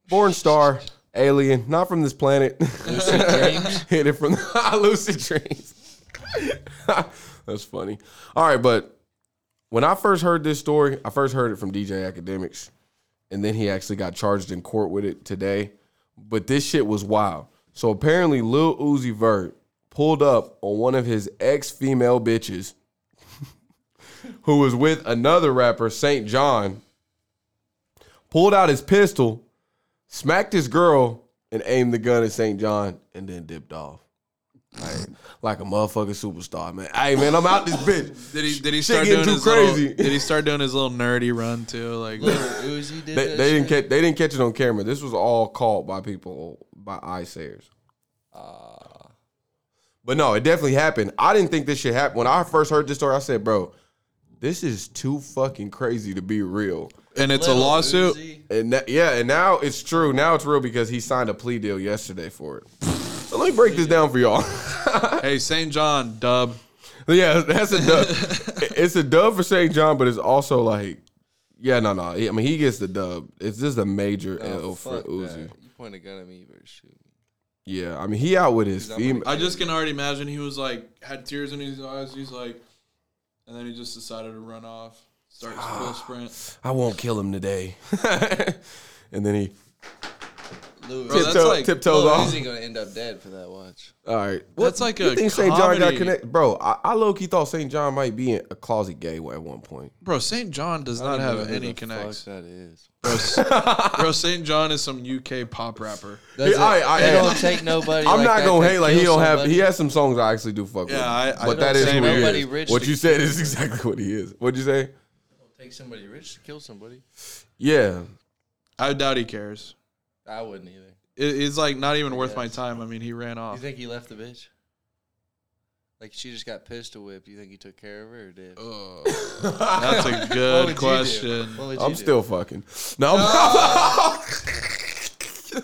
Speaker 1: born star, alien, not from this planet. Lucid dreams. [laughs] Hit it from lucid dreams. [laughs] That's funny. All right, but when I first heard this story, I first heard it from DJ Academics, and then he actually got charged in court with it today. But this shit was wild. So apparently, Lil Uzi Vert pulled up on one of his ex female bitches, [laughs] who was with another rapper, Saint John. Pulled out his pistol, smacked his girl, and aimed the gun at Saint John, and then dipped off. Like, like a motherfucking superstar, man. Hey, man, I'm out this
Speaker 2: [laughs]
Speaker 1: bitch.
Speaker 2: Did he did he
Speaker 1: Shit
Speaker 2: start
Speaker 1: getting
Speaker 2: doing
Speaker 1: too
Speaker 2: his little-
Speaker 1: crazy.
Speaker 2: Did he start doing his little nerdy run too? Like
Speaker 4: Lil Uzi did
Speaker 1: They,
Speaker 4: that
Speaker 1: they didn't
Speaker 4: shit?
Speaker 1: catch. They didn't catch it on camera. This was all caught by people by eyesayers. But no, it definitely happened. I didn't think this shit happened. When I first heard this story, I said, "Bro, this is too fucking crazy to be real."
Speaker 2: and it's a
Speaker 4: Lil
Speaker 2: lawsuit.
Speaker 4: Uzi.
Speaker 1: And that, yeah, and now it's true. Now it's real because he signed a plea deal yesterday for it. So let me break this down for y'all. [laughs]
Speaker 2: Hey, St. John, dub.
Speaker 1: yeah, that's a dub. it's a dub for St. John, but it's also like, yeah, no, no. I mean, he gets the dub. It's just a major L
Speaker 4: Oh,
Speaker 1: for
Speaker 4: fuck
Speaker 1: Uzi.
Speaker 4: that. You point a gun at me, you better shoot me.
Speaker 1: Yeah, I mean, he out with his
Speaker 4: out with
Speaker 1: female.
Speaker 2: I just can already imagine he was like had tears in his eyes. He's like, and then he just decided to run off, start his
Speaker 1: [sighs]
Speaker 2: full sprint.
Speaker 1: I won't kill him today. [laughs] and then he
Speaker 4: Louis.
Speaker 2: Bro, that's
Speaker 1: tiptoe,
Speaker 2: like-
Speaker 1: tiptoes
Speaker 4: Lil
Speaker 1: off.
Speaker 4: Uzi gonna end up dead for that watch.
Speaker 1: All right,
Speaker 2: That's like
Speaker 1: you
Speaker 2: a
Speaker 1: think St. John got
Speaker 2: comedy.
Speaker 1: connected, bro. I, I low key thought St. John might be a closet gay at one point.
Speaker 2: Bro, St. John does not
Speaker 4: Who
Speaker 2: have
Speaker 4: the
Speaker 2: any
Speaker 4: fuck
Speaker 2: connects.
Speaker 4: That is.
Speaker 2: Bro, St. John is some UK pop rapper.
Speaker 4: Does it,
Speaker 1: I- I-
Speaker 4: it
Speaker 1: hey,
Speaker 4: don't take nobody.
Speaker 1: I'm
Speaker 4: like
Speaker 1: not
Speaker 4: that
Speaker 1: gonna
Speaker 4: to
Speaker 1: hate like he
Speaker 4: kill
Speaker 1: don't have.
Speaker 4: somebody.
Speaker 1: He has some songs I actually do fuck with.
Speaker 2: Yeah, I- I
Speaker 1: but
Speaker 2: don't
Speaker 1: that is
Speaker 2: say
Speaker 1: who he
Speaker 4: nobody
Speaker 1: is.
Speaker 4: rich
Speaker 1: What
Speaker 4: to
Speaker 1: you said is exactly what he is. What'd you say?
Speaker 4: Take somebody rich to kill somebody.
Speaker 1: Yeah,
Speaker 2: I doubt he cares.
Speaker 4: I wouldn't either.
Speaker 1: Oh.
Speaker 2: It, it's like not even worth my time. I mean, he ran
Speaker 4: You
Speaker 2: off.
Speaker 4: think he left the bitch? Like she just got pistol whipped. You think he took care of her or did?
Speaker 2: Oh,
Speaker 1: [laughs]
Speaker 2: that's
Speaker 4: [laughs]
Speaker 2: a good question.
Speaker 4: What would you
Speaker 1: I'm
Speaker 4: do?
Speaker 1: still fucking. No, I'm-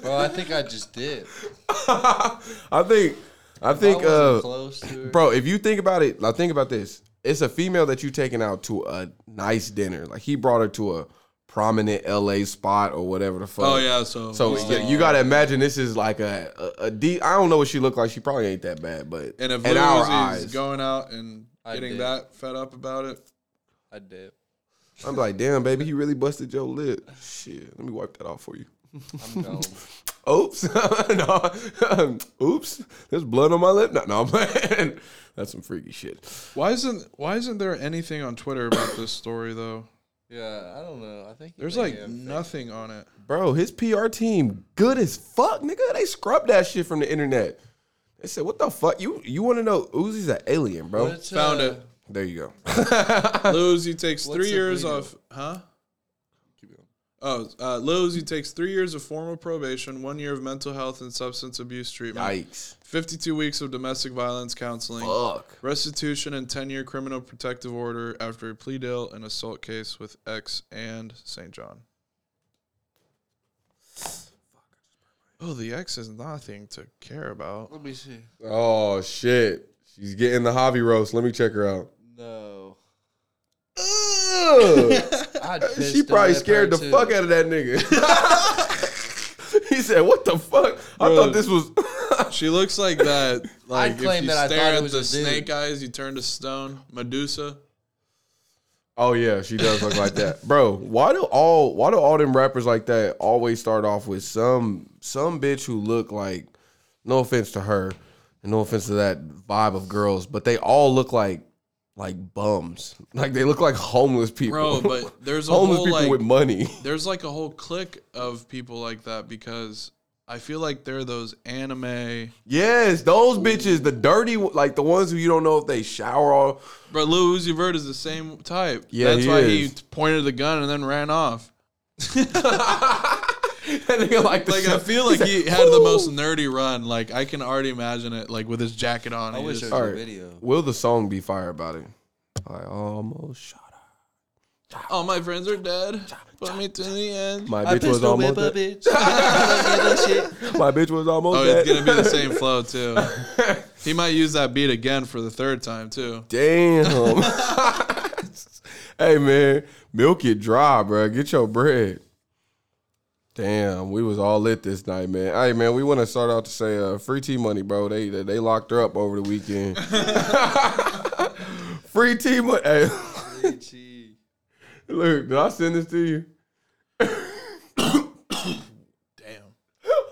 Speaker 4: Bro, I think I just did.
Speaker 1: [laughs] I think, I
Speaker 4: I
Speaker 1: think,
Speaker 4: wasn't
Speaker 1: uh,
Speaker 4: close to her.
Speaker 1: bro. If you think about it, like think about this. It's a female that you taking out to a nice dinner. Like he brought her to a prominent LA spot or whatever the fuck.
Speaker 2: Oh yeah, so
Speaker 1: So you, you gotta imagine this is like a a, a D. I don't know what she looked like. She probably ain't that bad, but
Speaker 2: and if
Speaker 1: in our
Speaker 2: Louis
Speaker 1: eyes,
Speaker 2: is going out and
Speaker 4: I
Speaker 2: getting
Speaker 4: did.
Speaker 2: that fed up about it,
Speaker 4: I did.
Speaker 1: I'm like, damn, baby, he really busted your lip. Shit, let me wipe that off for you. [laughs]
Speaker 4: I'm gone.
Speaker 1: Oops, [laughs] no, oops, there's blood on my lip. No, no, [laughs] man, that's some freaky shit.
Speaker 2: why isn't why isn't there anything on Twitter about this story though?
Speaker 4: yeah, I don't know. I think you
Speaker 2: There's
Speaker 4: may
Speaker 2: like
Speaker 4: have-
Speaker 2: nothing on it.
Speaker 1: Bro, his PR team good as fuck, nigga. They scrubbed that shit from the internet. They said, "What the fuck? You you want to know? Uzi's an alien, bro."
Speaker 4: What's,
Speaker 2: Found
Speaker 4: uh,
Speaker 2: it.
Speaker 1: there you go.
Speaker 2: Luzi takes
Speaker 4: [laughs] What's
Speaker 2: three
Speaker 4: the
Speaker 2: years
Speaker 4: video?
Speaker 2: off, huh?
Speaker 4: Keep going.
Speaker 2: Oh, uh, Luzi takes three years of formal probation, one year of mental health and substance abuse treatment,
Speaker 1: Yikes.
Speaker 2: 52 weeks of domestic violence counseling,
Speaker 1: Fuck.
Speaker 2: restitution and 10 year criminal protective order after a plea deal and assault case with X and St. John. Oh, the X is nothing to care about.
Speaker 4: Let me see.
Speaker 1: Oh shit. She's getting the Javi roast. Let me check her
Speaker 2: [laughs]
Speaker 1: out. [laughs]
Speaker 4: No.
Speaker 1: Ugh.
Speaker 4: I
Speaker 1: she probably scared the fuck out of that nigga. [laughs] he said, "What the fuck? I
Speaker 2: Bro.
Speaker 1: thought this was." [laughs]
Speaker 2: She looks [laughs] like that. Like if
Speaker 4: claim
Speaker 2: you
Speaker 4: that I
Speaker 2: stare
Speaker 4: thought it
Speaker 2: at
Speaker 4: was
Speaker 2: the
Speaker 4: a dude.
Speaker 2: snake eyes, you turn to stone. Medusa.
Speaker 1: oh yeah, she does look like that, bro. Why do all why do all them rappers like that always start off with some some bitch who look like? No offense to her, and no offense to that vibe of girls, but they all look like like bums. Like they look like homeless people. [laughs]
Speaker 2: [laughs] Bro, but there's a
Speaker 1: homeless
Speaker 2: whole
Speaker 1: people
Speaker 2: like
Speaker 1: with money.
Speaker 2: there's like a whole clique of people like that because I feel like they're those anime.
Speaker 1: Yes, those bitches, the dirty, like the ones who you don't know if they shower all. [laughs]
Speaker 2: But Lil Uzi Vert is the same type.
Speaker 1: Yeah,
Speaker 2: that's
Speaker 1: he
Speaker 2: why
Speaker 1: is.
Speaker 2: he pointed the gun and then
Speaker 1: [laughs]
Speaker 2: ran off.
Speaker 1: And they like, the
Speaker 2: Like I
Speaker 1: shower.
Speaker 2: feel like he had the most nerdy run. Like I can already imagine it. Like with his jacket on.
Speaker 4: I
Speaker 2: he
Speaker 4: wish
Speaker 2: just-
Speaker 4: there was
Speaker 1: Alright.
Speaker 4: a video.
Speaker 1: Will the song be fire about it? I almost shot her.
Speaker 2: all "Oh, my friends are dead. Put me to the end.
Speaker 1: My
Speaker 4: I
Speaker 1: bitch was
Speaker 4: pistol whip
Speaker 1: almost [laughs]
Speaker 4: a
Speaker 1: dead.
Speaker 4: bitch. I don't give a shit.
Speaker 1: My bitch was almost
Speaker 2: Oh,
Speaker 1: dead.
Speaker 2: it's gonna be the same
Speaker 1: [laughs]
Speaker 2: flow too. He might use that beat again for the third time too.
Speaker 1: Damn. [laughs] hey man, milk it dry, bro. Get your bread. Damn, we was all lit this night, man. Hey man, we want to start out to say uh, free T money, bro. They they, they locked her up over the weekend. free T money. Hey, [laughs]
Speaker 4: Itchy.
Speaker 1: look, did I send this to you?
Speaker 2: Damn.
Speaker 4: [laughs]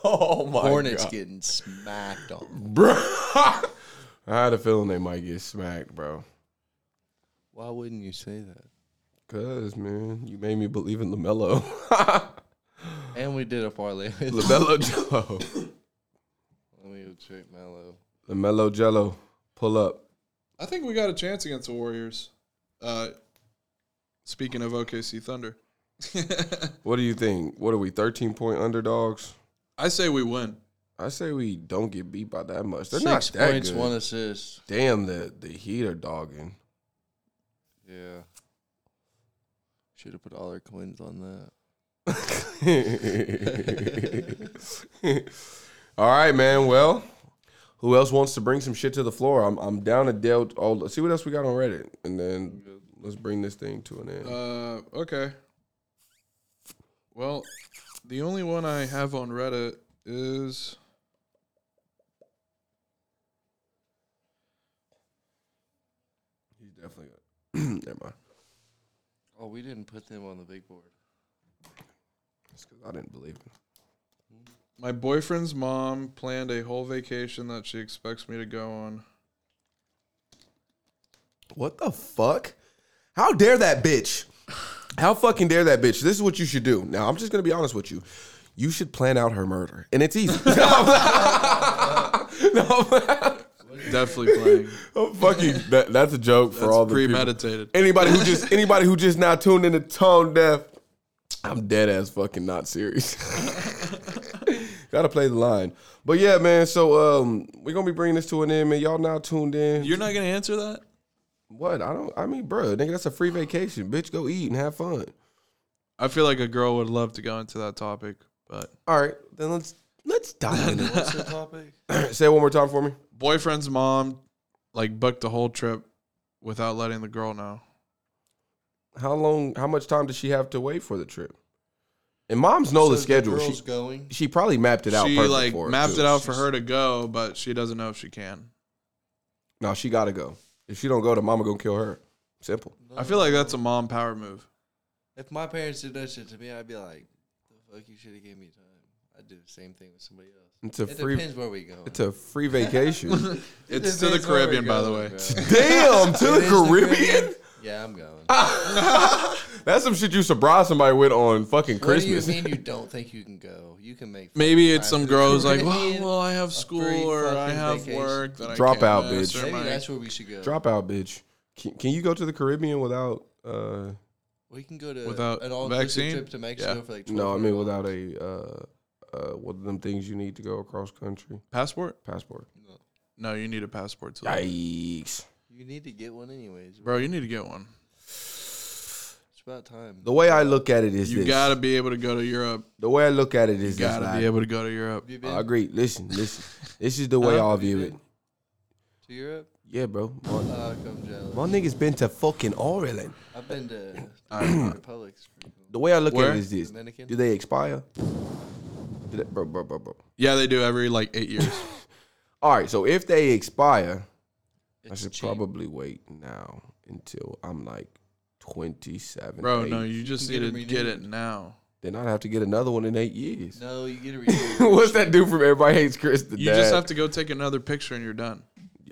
Speaker 1: Oh my
Speaker 4: Hornets
Speaker 1: god,
Speaker 4: getting smacked on.
Speaker 1: bro. [laughs] I had a feeling they might get smacked, bro.
Speaker 4: Why wouldn't you say that?
Speaker 1: Cause man, you made me believe in Lamelo. [laughs]
Speaker 4: And we did a parlay. [laughs] Let
Speaker 1: Lamelo Jello.
Speaker 4: me go check Mellow.
Speaker 1: Lamelo Jello, pull up.
Speaker 2: I think we got a chance against the Warriors. Uh, speaking of OKC Thunder, [laughs]
Speaker 1: What do you think? What are we, 13 point underdogs?
Speaker 2: I say we win.
Speaker 1: I say we don't get beat by that much. They're
Speaker 4: Six
Speaker 1: not that
Speaker 4: points,
Speaker 1: good.
Speaker 4: one assist.
Speaker 1: Damn, the, the Heat are dogging. [laughs]
Speaker 4: Yeah. Should have put all our coins on that.
Speaker 1: All right, man. Well, who else wants to bring some shit to the floor? I'm, I'm down to Dell. Oh, let's see what else we got on Reddit. And then let's bring this thing to an end.
Speaker 2: Uh, okay. Well, the only one I have on Reddit is.
Speaker 1: He's definitely good. [clears throat] Never mind.
Speaker 4: Oh, we didn't put them on the big board.
Speaker 1: It's 'cause I didn't believe it.
Speaker 2: My boyfriend's mom planned a whole vacation that she expects me to go on.
Speaker 1: What the fuck? How dare that bitch? How fucking dare that bitch? This is what you should do. Now, I'm just gonna be honest with you. You should plan out her murder, and it's easy. no, I'm- no, [laughs]
Speaker 2: Definitely playing.
Speaker 1: I'm fucking. That, that's a joke for all the people.
Speaker 2: premeditated.
Speaker 1: Anybody who just anybody who just now tuned into tone deaf, I'm dead ass fucking not serious. [laughs] Gotta play the line. But yeah, man. So um, we're gonna be bringing this to an end, man. Y'all now tuned in.
Speaker 2: You're not gonna answer that?
Speaker 1: what? I don't. I mean, bro, nigga, that's a free vacation. Bitch, go eat and have fun.
Speaker 2: I feel like a girl would love to go into that topic, but
Speaker 1: All right, then let's let's dive into
Speaker 4: [laughs] What's the topic?
Speaker 2: [laughs]
Speaker 1: it. [clears throat] Say it one more time for me.
Speaker 2: boyfriend's mom like booked the whole trip without letting the girl know.
Speaker 1: How long? How much time does she have to wait for the trip? And moms know the
Speaker 4: So
Speaker 1: schedule.
Speaker 4: girl's
Speaker 1: she,
Speaker 4: going.
Speaker 1: she probably mapped it out.
Speaker 2: she
Speaker 1: perfect
Speaker 2: like
Speaker 1: for her,
Speaker 2: mapped
Speaker 1: too.
Speaker 2: it out for her to go, but she doesn't know if she can.
Speaker 1: No, she gotta go. If she don't go, the mama gonna kill her. Simple.
Speaker 2: I feel like that's a mom power move.
Speaker 4: If my parents did that shit to me, I'd be like, "The fuck, you should have gave me time." I'd do the same thing with somebody else.
Speaker 1: It's a
Speaker 4: It
Speaker 1: free.
Speaker 4: depends where we go.
Speaker 1: It's a
Speaker 4: [laughs]
Speaker 1: free vacation.
Speaker 2: It's to the Caribbean, by the way.
Speaker 1: Damn, to the Caribbean.
Speaker 4: Yeah, I'm going. [laughs]
Speaker 1: That's some shit you surprise somebody with on fucking
Speaker 4: What do you
Speaker 1: Christmas. [laughs]
Speaker 4: mean you don't think you can go? You
Speaker 2: [laughs]
Speaker 4: can make.
Speaker 2: Maybe it's some
Speaker 4: Right.
Speaker 2: girls like, well,
Speaker 4: Caribbean,
Speaker 2: well, I have school or I
Speaker 4: fucking
Speaker 2: have
Speaker 4: vacation.
Speaker 2: work that I
Speaker 1: Drop
Speaker 2: can't
Speaker 1: out,
Speaker 2: miss,
Speaker 1: bitch.
Speaker 2: or
Speaker 4: Maybe
Speaker 2: my-
Speaker 4: that's where we should go.
Speaker 1: Drop out, bitch. Can, can you go to the Caribbean without? uh
Speaker 4: We can go to
Speaker 2: Without
Speaker 4: an all
Speaker 2: vaccine?
Speaker 4: inclusive trip to Mexico
Speaker 2: Yeah.
Speaker 4: for like.
Speaker 1: No, I
Speaker 4: 24
Speaker 1: mean without
Speaker 4: dollars.
Speaker 1: a. uh uh, what are them things you need to go across country?
Speaker 2: passport.
Speaker 1: Passport.
Speaker 4: No.
Speaker 2: No, you need a passport to leave.
Speaker 1: Yikes.
Speaker 4: You need to get one anyways.
Speaker 2: bro. You need to get one.
Speaker 4: It's about time.
Speaker 1: The way I look at it is
Speaker 2: You
Speaker 1: this.
Speaker 2: gotta be able to go to Europe.
Speaker 1: the way I look at it is
Speaker 2: You gotta
Speaker 1: this.
Speaker 2: be
Speaker 1: like,
Speaker 2: able to go to Europe.
Speaker 4: Have you been
Speaker 1: I agree. Listen,
Speaker 2: [laughs]
Speaker 1: listen. this is the way I view it.
Speaker 4: to Europe?
Speaker 1: Yeah, bro. My,
Speaker 4: Fuck, I'm jealous.
Speaker 1: my nigga's been to fucking Ireland.
Speaker 4: I've been to
Speaker 1: [clears throat]
Speaker 4: uh, the Republic. It's pretty cool.
Speaker 1: The way I look
Speaker 2: Where?
Speaker 1: at it is this.
Speaker 4: Dominican.
Speaker 1: Do they expire? Do they- bro, bro, bro, bro.
Speaker 2: Yeah, they do every like eight years.
Speaker 1: All right, so if they expire, I
Speaker 4: It's
Speaker 1: should
Speaker 4: cheap.
Speaker 1: probably wait now until I'm like 27.
Speaker 2: Bro, no,
Speaker 1: eight.
Speaker 2: you just
Speaker 4: You
Speaker 2: need
Speaker 4: get
Speaker 2: to
Speaker 4: it
Speaker 2: get it
Speaker 4: renewed.
Speaker 2: now.
Speaker 1: Then I'd have to get another one in eight years.
Speaker 4: No, you get a
Speaker 1: [laughs]
Speaker 4: renewal.
Speaker 1: What's that do from Everybody Hates Chris? The
Speaker 2: You
Speaker 1: dad?
Speaker 2: just have to go take another picture and you're done.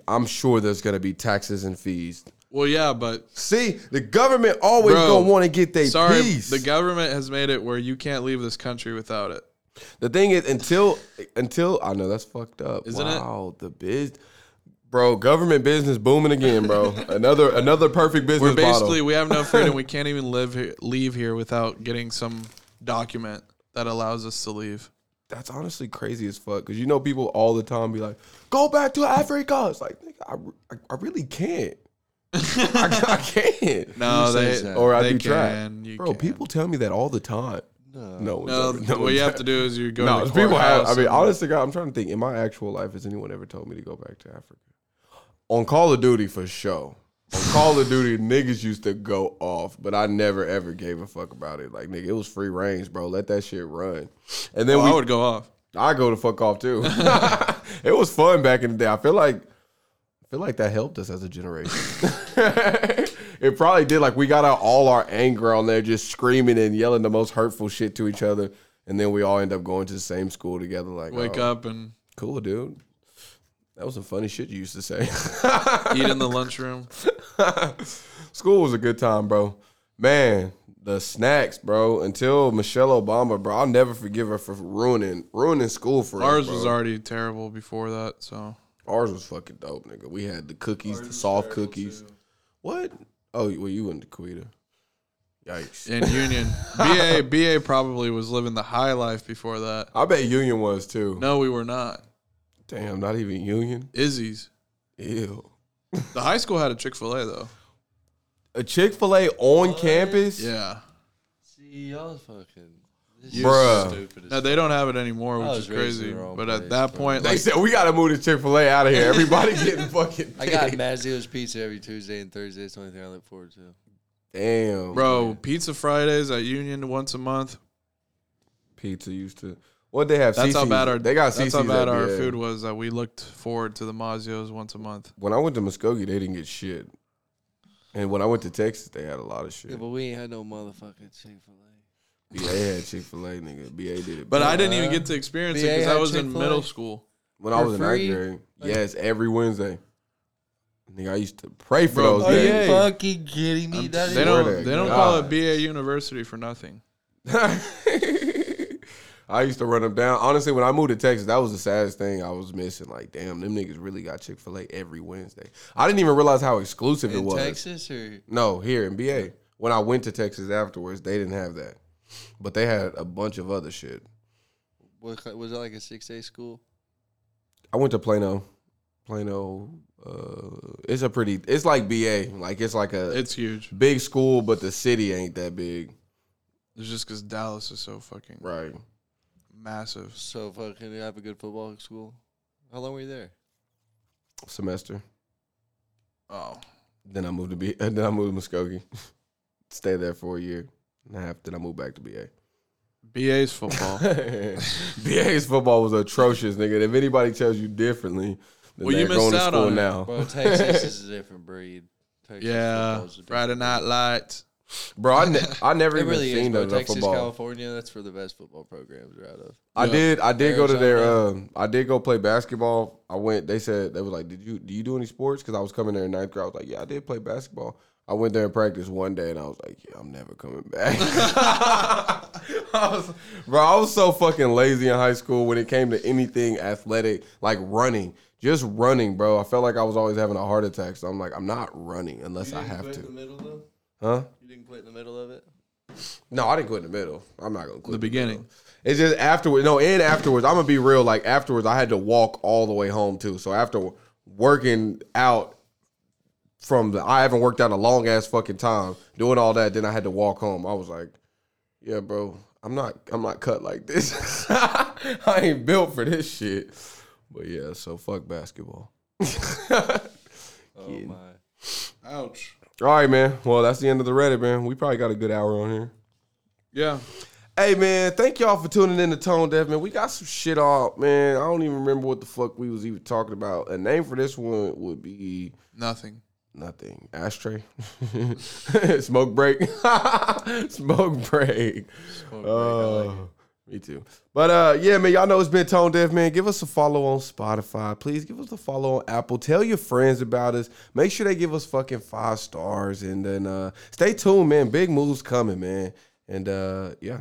Speaker 1: I'm sure there's going to be taxes and fees.
Speaker 2: Well, yeah, but
Speaker 1: See, the government always
Speaker 2: Bro,
Speaker 1: going to want to get their
Speaker 2: sorry,
Speaker 1: piece.
Speaker 2: the government has made it where you can't leave this country without it.
Speaker 1: The thing is, until until I know that's fucked up.
Speaker 2: Isn't it?
Speaker 1: wow, the biz, bro, government business booming again,
Speaker 2: [laughs]
Speaker 1: bro. another another perfect business
Speaker 2: We're basically
Speaker 1: model.
Speaker 2: we have no freedom. We can't even live here, leave here without getting some document that allows us to leave.
Speaker 1: That's honestly crazy as fuck because you know people all the time be like, "Go back to Africa." It's like nigga, I, re- I, I really can't. [laughs] I, I can't.
Speaker 2: No,
Speaker 4: says
Speaker 2: they
Speaker 4: that?
Speaker 1: Or I'd
Speaker 2: they
Speaker 1: be
Speaker 2: can.
Speaker 1: trapped.
Speaker 2: You
Speaker 1: Bro,
Speaker 2: can.
Speaker 1: people tell me that all the time. No, no, one's
Speaker 2: No,
Speaker 1: ever- [laughs] no
Speaker 2: what
Speaker 1: one's
Speaker 2: you have to do is you go.
Speaker 1: No,
Speaker 2: to the
Speaker 1: people have. I
Speaker 2: courthouse
Speaker 1: mean,
Speaker 2: and-
Speaker 1: honestly, God, I'm trying to think. In my actual life, has anyone ever told me to go back to Africa? On Call of Duty, for sure. On Call of Duty, niggas used to go off, but I never ever gave a fuck about it. Like, nigga, it was free range, bro. Let that shit run. And then
Speaker 2: Well,
Speaker 1: we,
Speaker 2: I would go off.
Speaker 1: I go to fuck off
Speaker 2: [laughs]
Speaker 1: too. [laughs] it was fun back in the day. I feel like I feel like that helped us as a
Speaker 2: [laughs]
Speaker 1: generation. it probably did. Like we got out all our anger on there, just screaming and yelling the most hurtful shit to each other, and then we all end up going to the same school together. Like,
Speaker 2: Wake
Speaker 1: oh,
Speaker 2: up and
Speaker 1: cool, dude. That was some funny shit you used to say. [laughs]
Speaker 2: eat in the lunchroom.
Speaker 1: School was a good time, bro. Man, the snacks, bro. Until Michelle Obama, bro, I'll never forgive her for ruining ruining school for us,
Speaker 2: Ours
Speaker 1: bro.
Speaker 2: was already terrible before that, so
Speaker 1: Ours was fucking dope, nigga. We had the cookies, the soft cookies. What? Oh, well, you went to Quita. Yikes.
Speaker 2: in Union. BA BA probably was living the high life before that.
Speaker 1: I bet Union was too.
Speaker 2: No, we were not.
Speaker 1: Damn, not even Union.
Speaker 2: Izzy's.
Speaker 1: Ew.
Speaker 2: The high school had a Chick Fil A though.
Speaker 1: A Chick Fil A on campus.
Speaker 2: Yeah.
Speaker 4: See, y'all fucking. This
Speaker 1: You Bruh.
Speaker 4: Stupid as
Speaker 2: No, they don't have it anymore,
Speaker 4: I
Speaker 2: which is
Speaker 4: was raised in
Speaker 2: crazy.
Speaker 4: the wrong
Speaker 2: But at
Speaker 4: place,
Speaker 2: that
Speaker 4: bro.
Speaker 2: point,
Speaker 1: They
Speaker 2: like,
Speaker 1: said we gotta move the Chick Fil A out of here.
Speaker 2: [laughs]
Speaker 1: Everybody getting fucking.
Speaker 4: I got
Speaker 1: paid.
Speaker 4: Mazio's pizza every Tuesday and Thursday. It's the only thing I look forward to.
Speaker 1: Damn,
Speaker 2: bro, Pizza Fridays at Union once a month.
Speaker 1: Pizza used to. What they have?
Speaker 2: That's how
Speaker 1: CC's.
Speaker 2: bad our
Speaker 1: they got.
Speaker 2: that's how
Speaker 1: CC's
Speaker 2: bad
Speaker 1: at
Speaker 2: our
Speaker 1: BA.
Speaker 2: food was. That we looked forward to the Mazio's once a month.
Speaker 1: When I went to Muskogee, they didn't get shit. And when I went to Texas, they had a lot of shit.
Speaker 4: Yeah, but we ain't had no motherfucking Chick Fil A.
Speaker 1: BA had Chick Fil A, nigga. BA did it.
Speaker 2: But I
Speaker 1: big.
Speaker 2: didn't even get to experience it
Speaker 4: BA
Speaker 2: because I
Speaker 4: had
Speaker 2: was in
Speaker 4: Chick-fil-A?
Speaker 2: middle school.
Speaker 1: When I
Speaker 4: For
Speaker 1: was in
Speaker 4: free?
Speaker 1: ninth grade, yes, every Wednesday. Nigga, I used to pray for
Speaker 2: Bro,
Speaker 1: those
Speaker 2: Are you
Speaker 1: days.
Speaker 4: fucking kidding me? That
Speaker 2: They
Speaker 1: Swear to
Speaker 2: don't they don't call it
Speaker 1: God.
Speaker 2: BA University for nothing.
Speaker 1: [laughs] I used to run them down. Honestly, when I moved to Texas, that was the saddest thing I was missing. Like, damn, them niggas really got Chick Fil A every Wednesday. I didn't even realize how exclusive it
Speaker 4: in
Speaker 1: was.
Speaker 4: Texas or
Speaker 1: No, here in BA. When I went to Texas afterwards, they didn't have that, but they had a bunch of other shit.
Speaker 4: What cla- was it like a six A school?
Speaker 1: I went to Plano. Plano, uh, it's a pretty. It's like BA. Like it's like a
Speaker 2: It's huge.
Speaker 1: big school, but the city ain't that big.
Speaker 2: It's just because Dallas is so fucking
Speaker 1: Right.
Speaker 2: massive.
Speaker 4: So fucking you have a good football school. How long were you there?
Speaker 1: Semester.
Speaker 2: Oh,
Speaker 1: Then I moved to B. [laughs] Then I moved to Muskogee. [laughs] Stayed there for a year and a [laughs] half. Then I moved back to BA.
Speaker 2: BA's football.
Speaker 1: BA's football was atrocious, nigga. If anybody tells you differently, then
Speaker 2: Well, you
Speaker 1: they're going
Speaker 2: missed
Speaker 1: to
Speaker 2: out
Speaker 1: school
Speaker 2: on it.
Speaker 1: now.
Speaker 4: Bro, Texas is a different breed. Texas
Speaker 2: yeah,
Speaker 4: football's a different
Speaker 2: Friday
Speaker 4: breed.
Speaker 2: Night Lights.
Speaker 1: [laughs] Bro, I, ne- I never
Speaker 4: [laughs] It
Speaker 1: even
Speaker 4: really is,
Speaker 1: seen
Speaker 4: bro.
Speaker 1: is,
Speaker 4: Texas,
Speaker 1: football.
Speaker 4: California, that's where the best football programs are out of.
Speaker 1: I
Speaker 2: Yeah.
Speaker 1: did. I did go to their.
Speaker 4: Arizona.
Speaker 1: Um, I did go play basketball. I went. They said they was like, "Did you do you do any sports?" Because I was coming there in ninth grade. I was like, "Yeah, I did play basketball." I went there and practiced one day, and I was like, "Yeah, I'm never coming back." [laughs] I was, bro, I was so fucking lazy in high school when it came to anything athletic, like running. Just running, bro. I felt like I was always having a heart attack. So I'm like, I'm not running unless I have to.
Speaker 4: middle though?
Speaker 1: Huh?
Speaker 4: You didn't play in the middle of it?
Speaker 1: No, I didn't quit in the middle. I'm not gonna quit.
Speaker 2: The
Speaker 1: in
Speaker 2: beginning.
Speaker 1: It's just afterwards. No, and afterwards, I'm gonna be real. Like afterwards, I had to walk all the way home too. So after working out from the, I haven't worked out in a long ass fucking time. Doing all that, then I had to walk home. I was like, yeah, bro, I'm not, I'm not cut like this. [laughs] I ain't built for this shit. But yeah, so fuck basketball. [laughs]
Speaker 4: Oh
Speaker 1: Kid.
Speaker 4: my.
Speaker 2: Ouch.
Speaker 1: All right, man. Well, that's the end of the Reddit, man. We probably got a good hour on here.
Speaker 2: Yeah.
Speaker 1: Hey man, thank y'all for tuning in to Tone Deaf, man. We got some shit off, man. I don't even remember what the fuck we was even talking about. A name for this one would be
Speaker 2: Nothing.
Speaker 1: nothing. Ashtray. [laughs] Smoke break. [laughs] Smoke break.
Speaker 4: Smoke break, I like
Speaker 1: Uh, me too. But uh, yeah, man, y'all know it's been Tone Deaf, man. Give us a follow on Spotify. Please give us a follow on Apple. Tell your friends about us. Make sure they give us fucking five stars. And then uh, stay tuned, man. Big moves coming, man. And uh, yeah.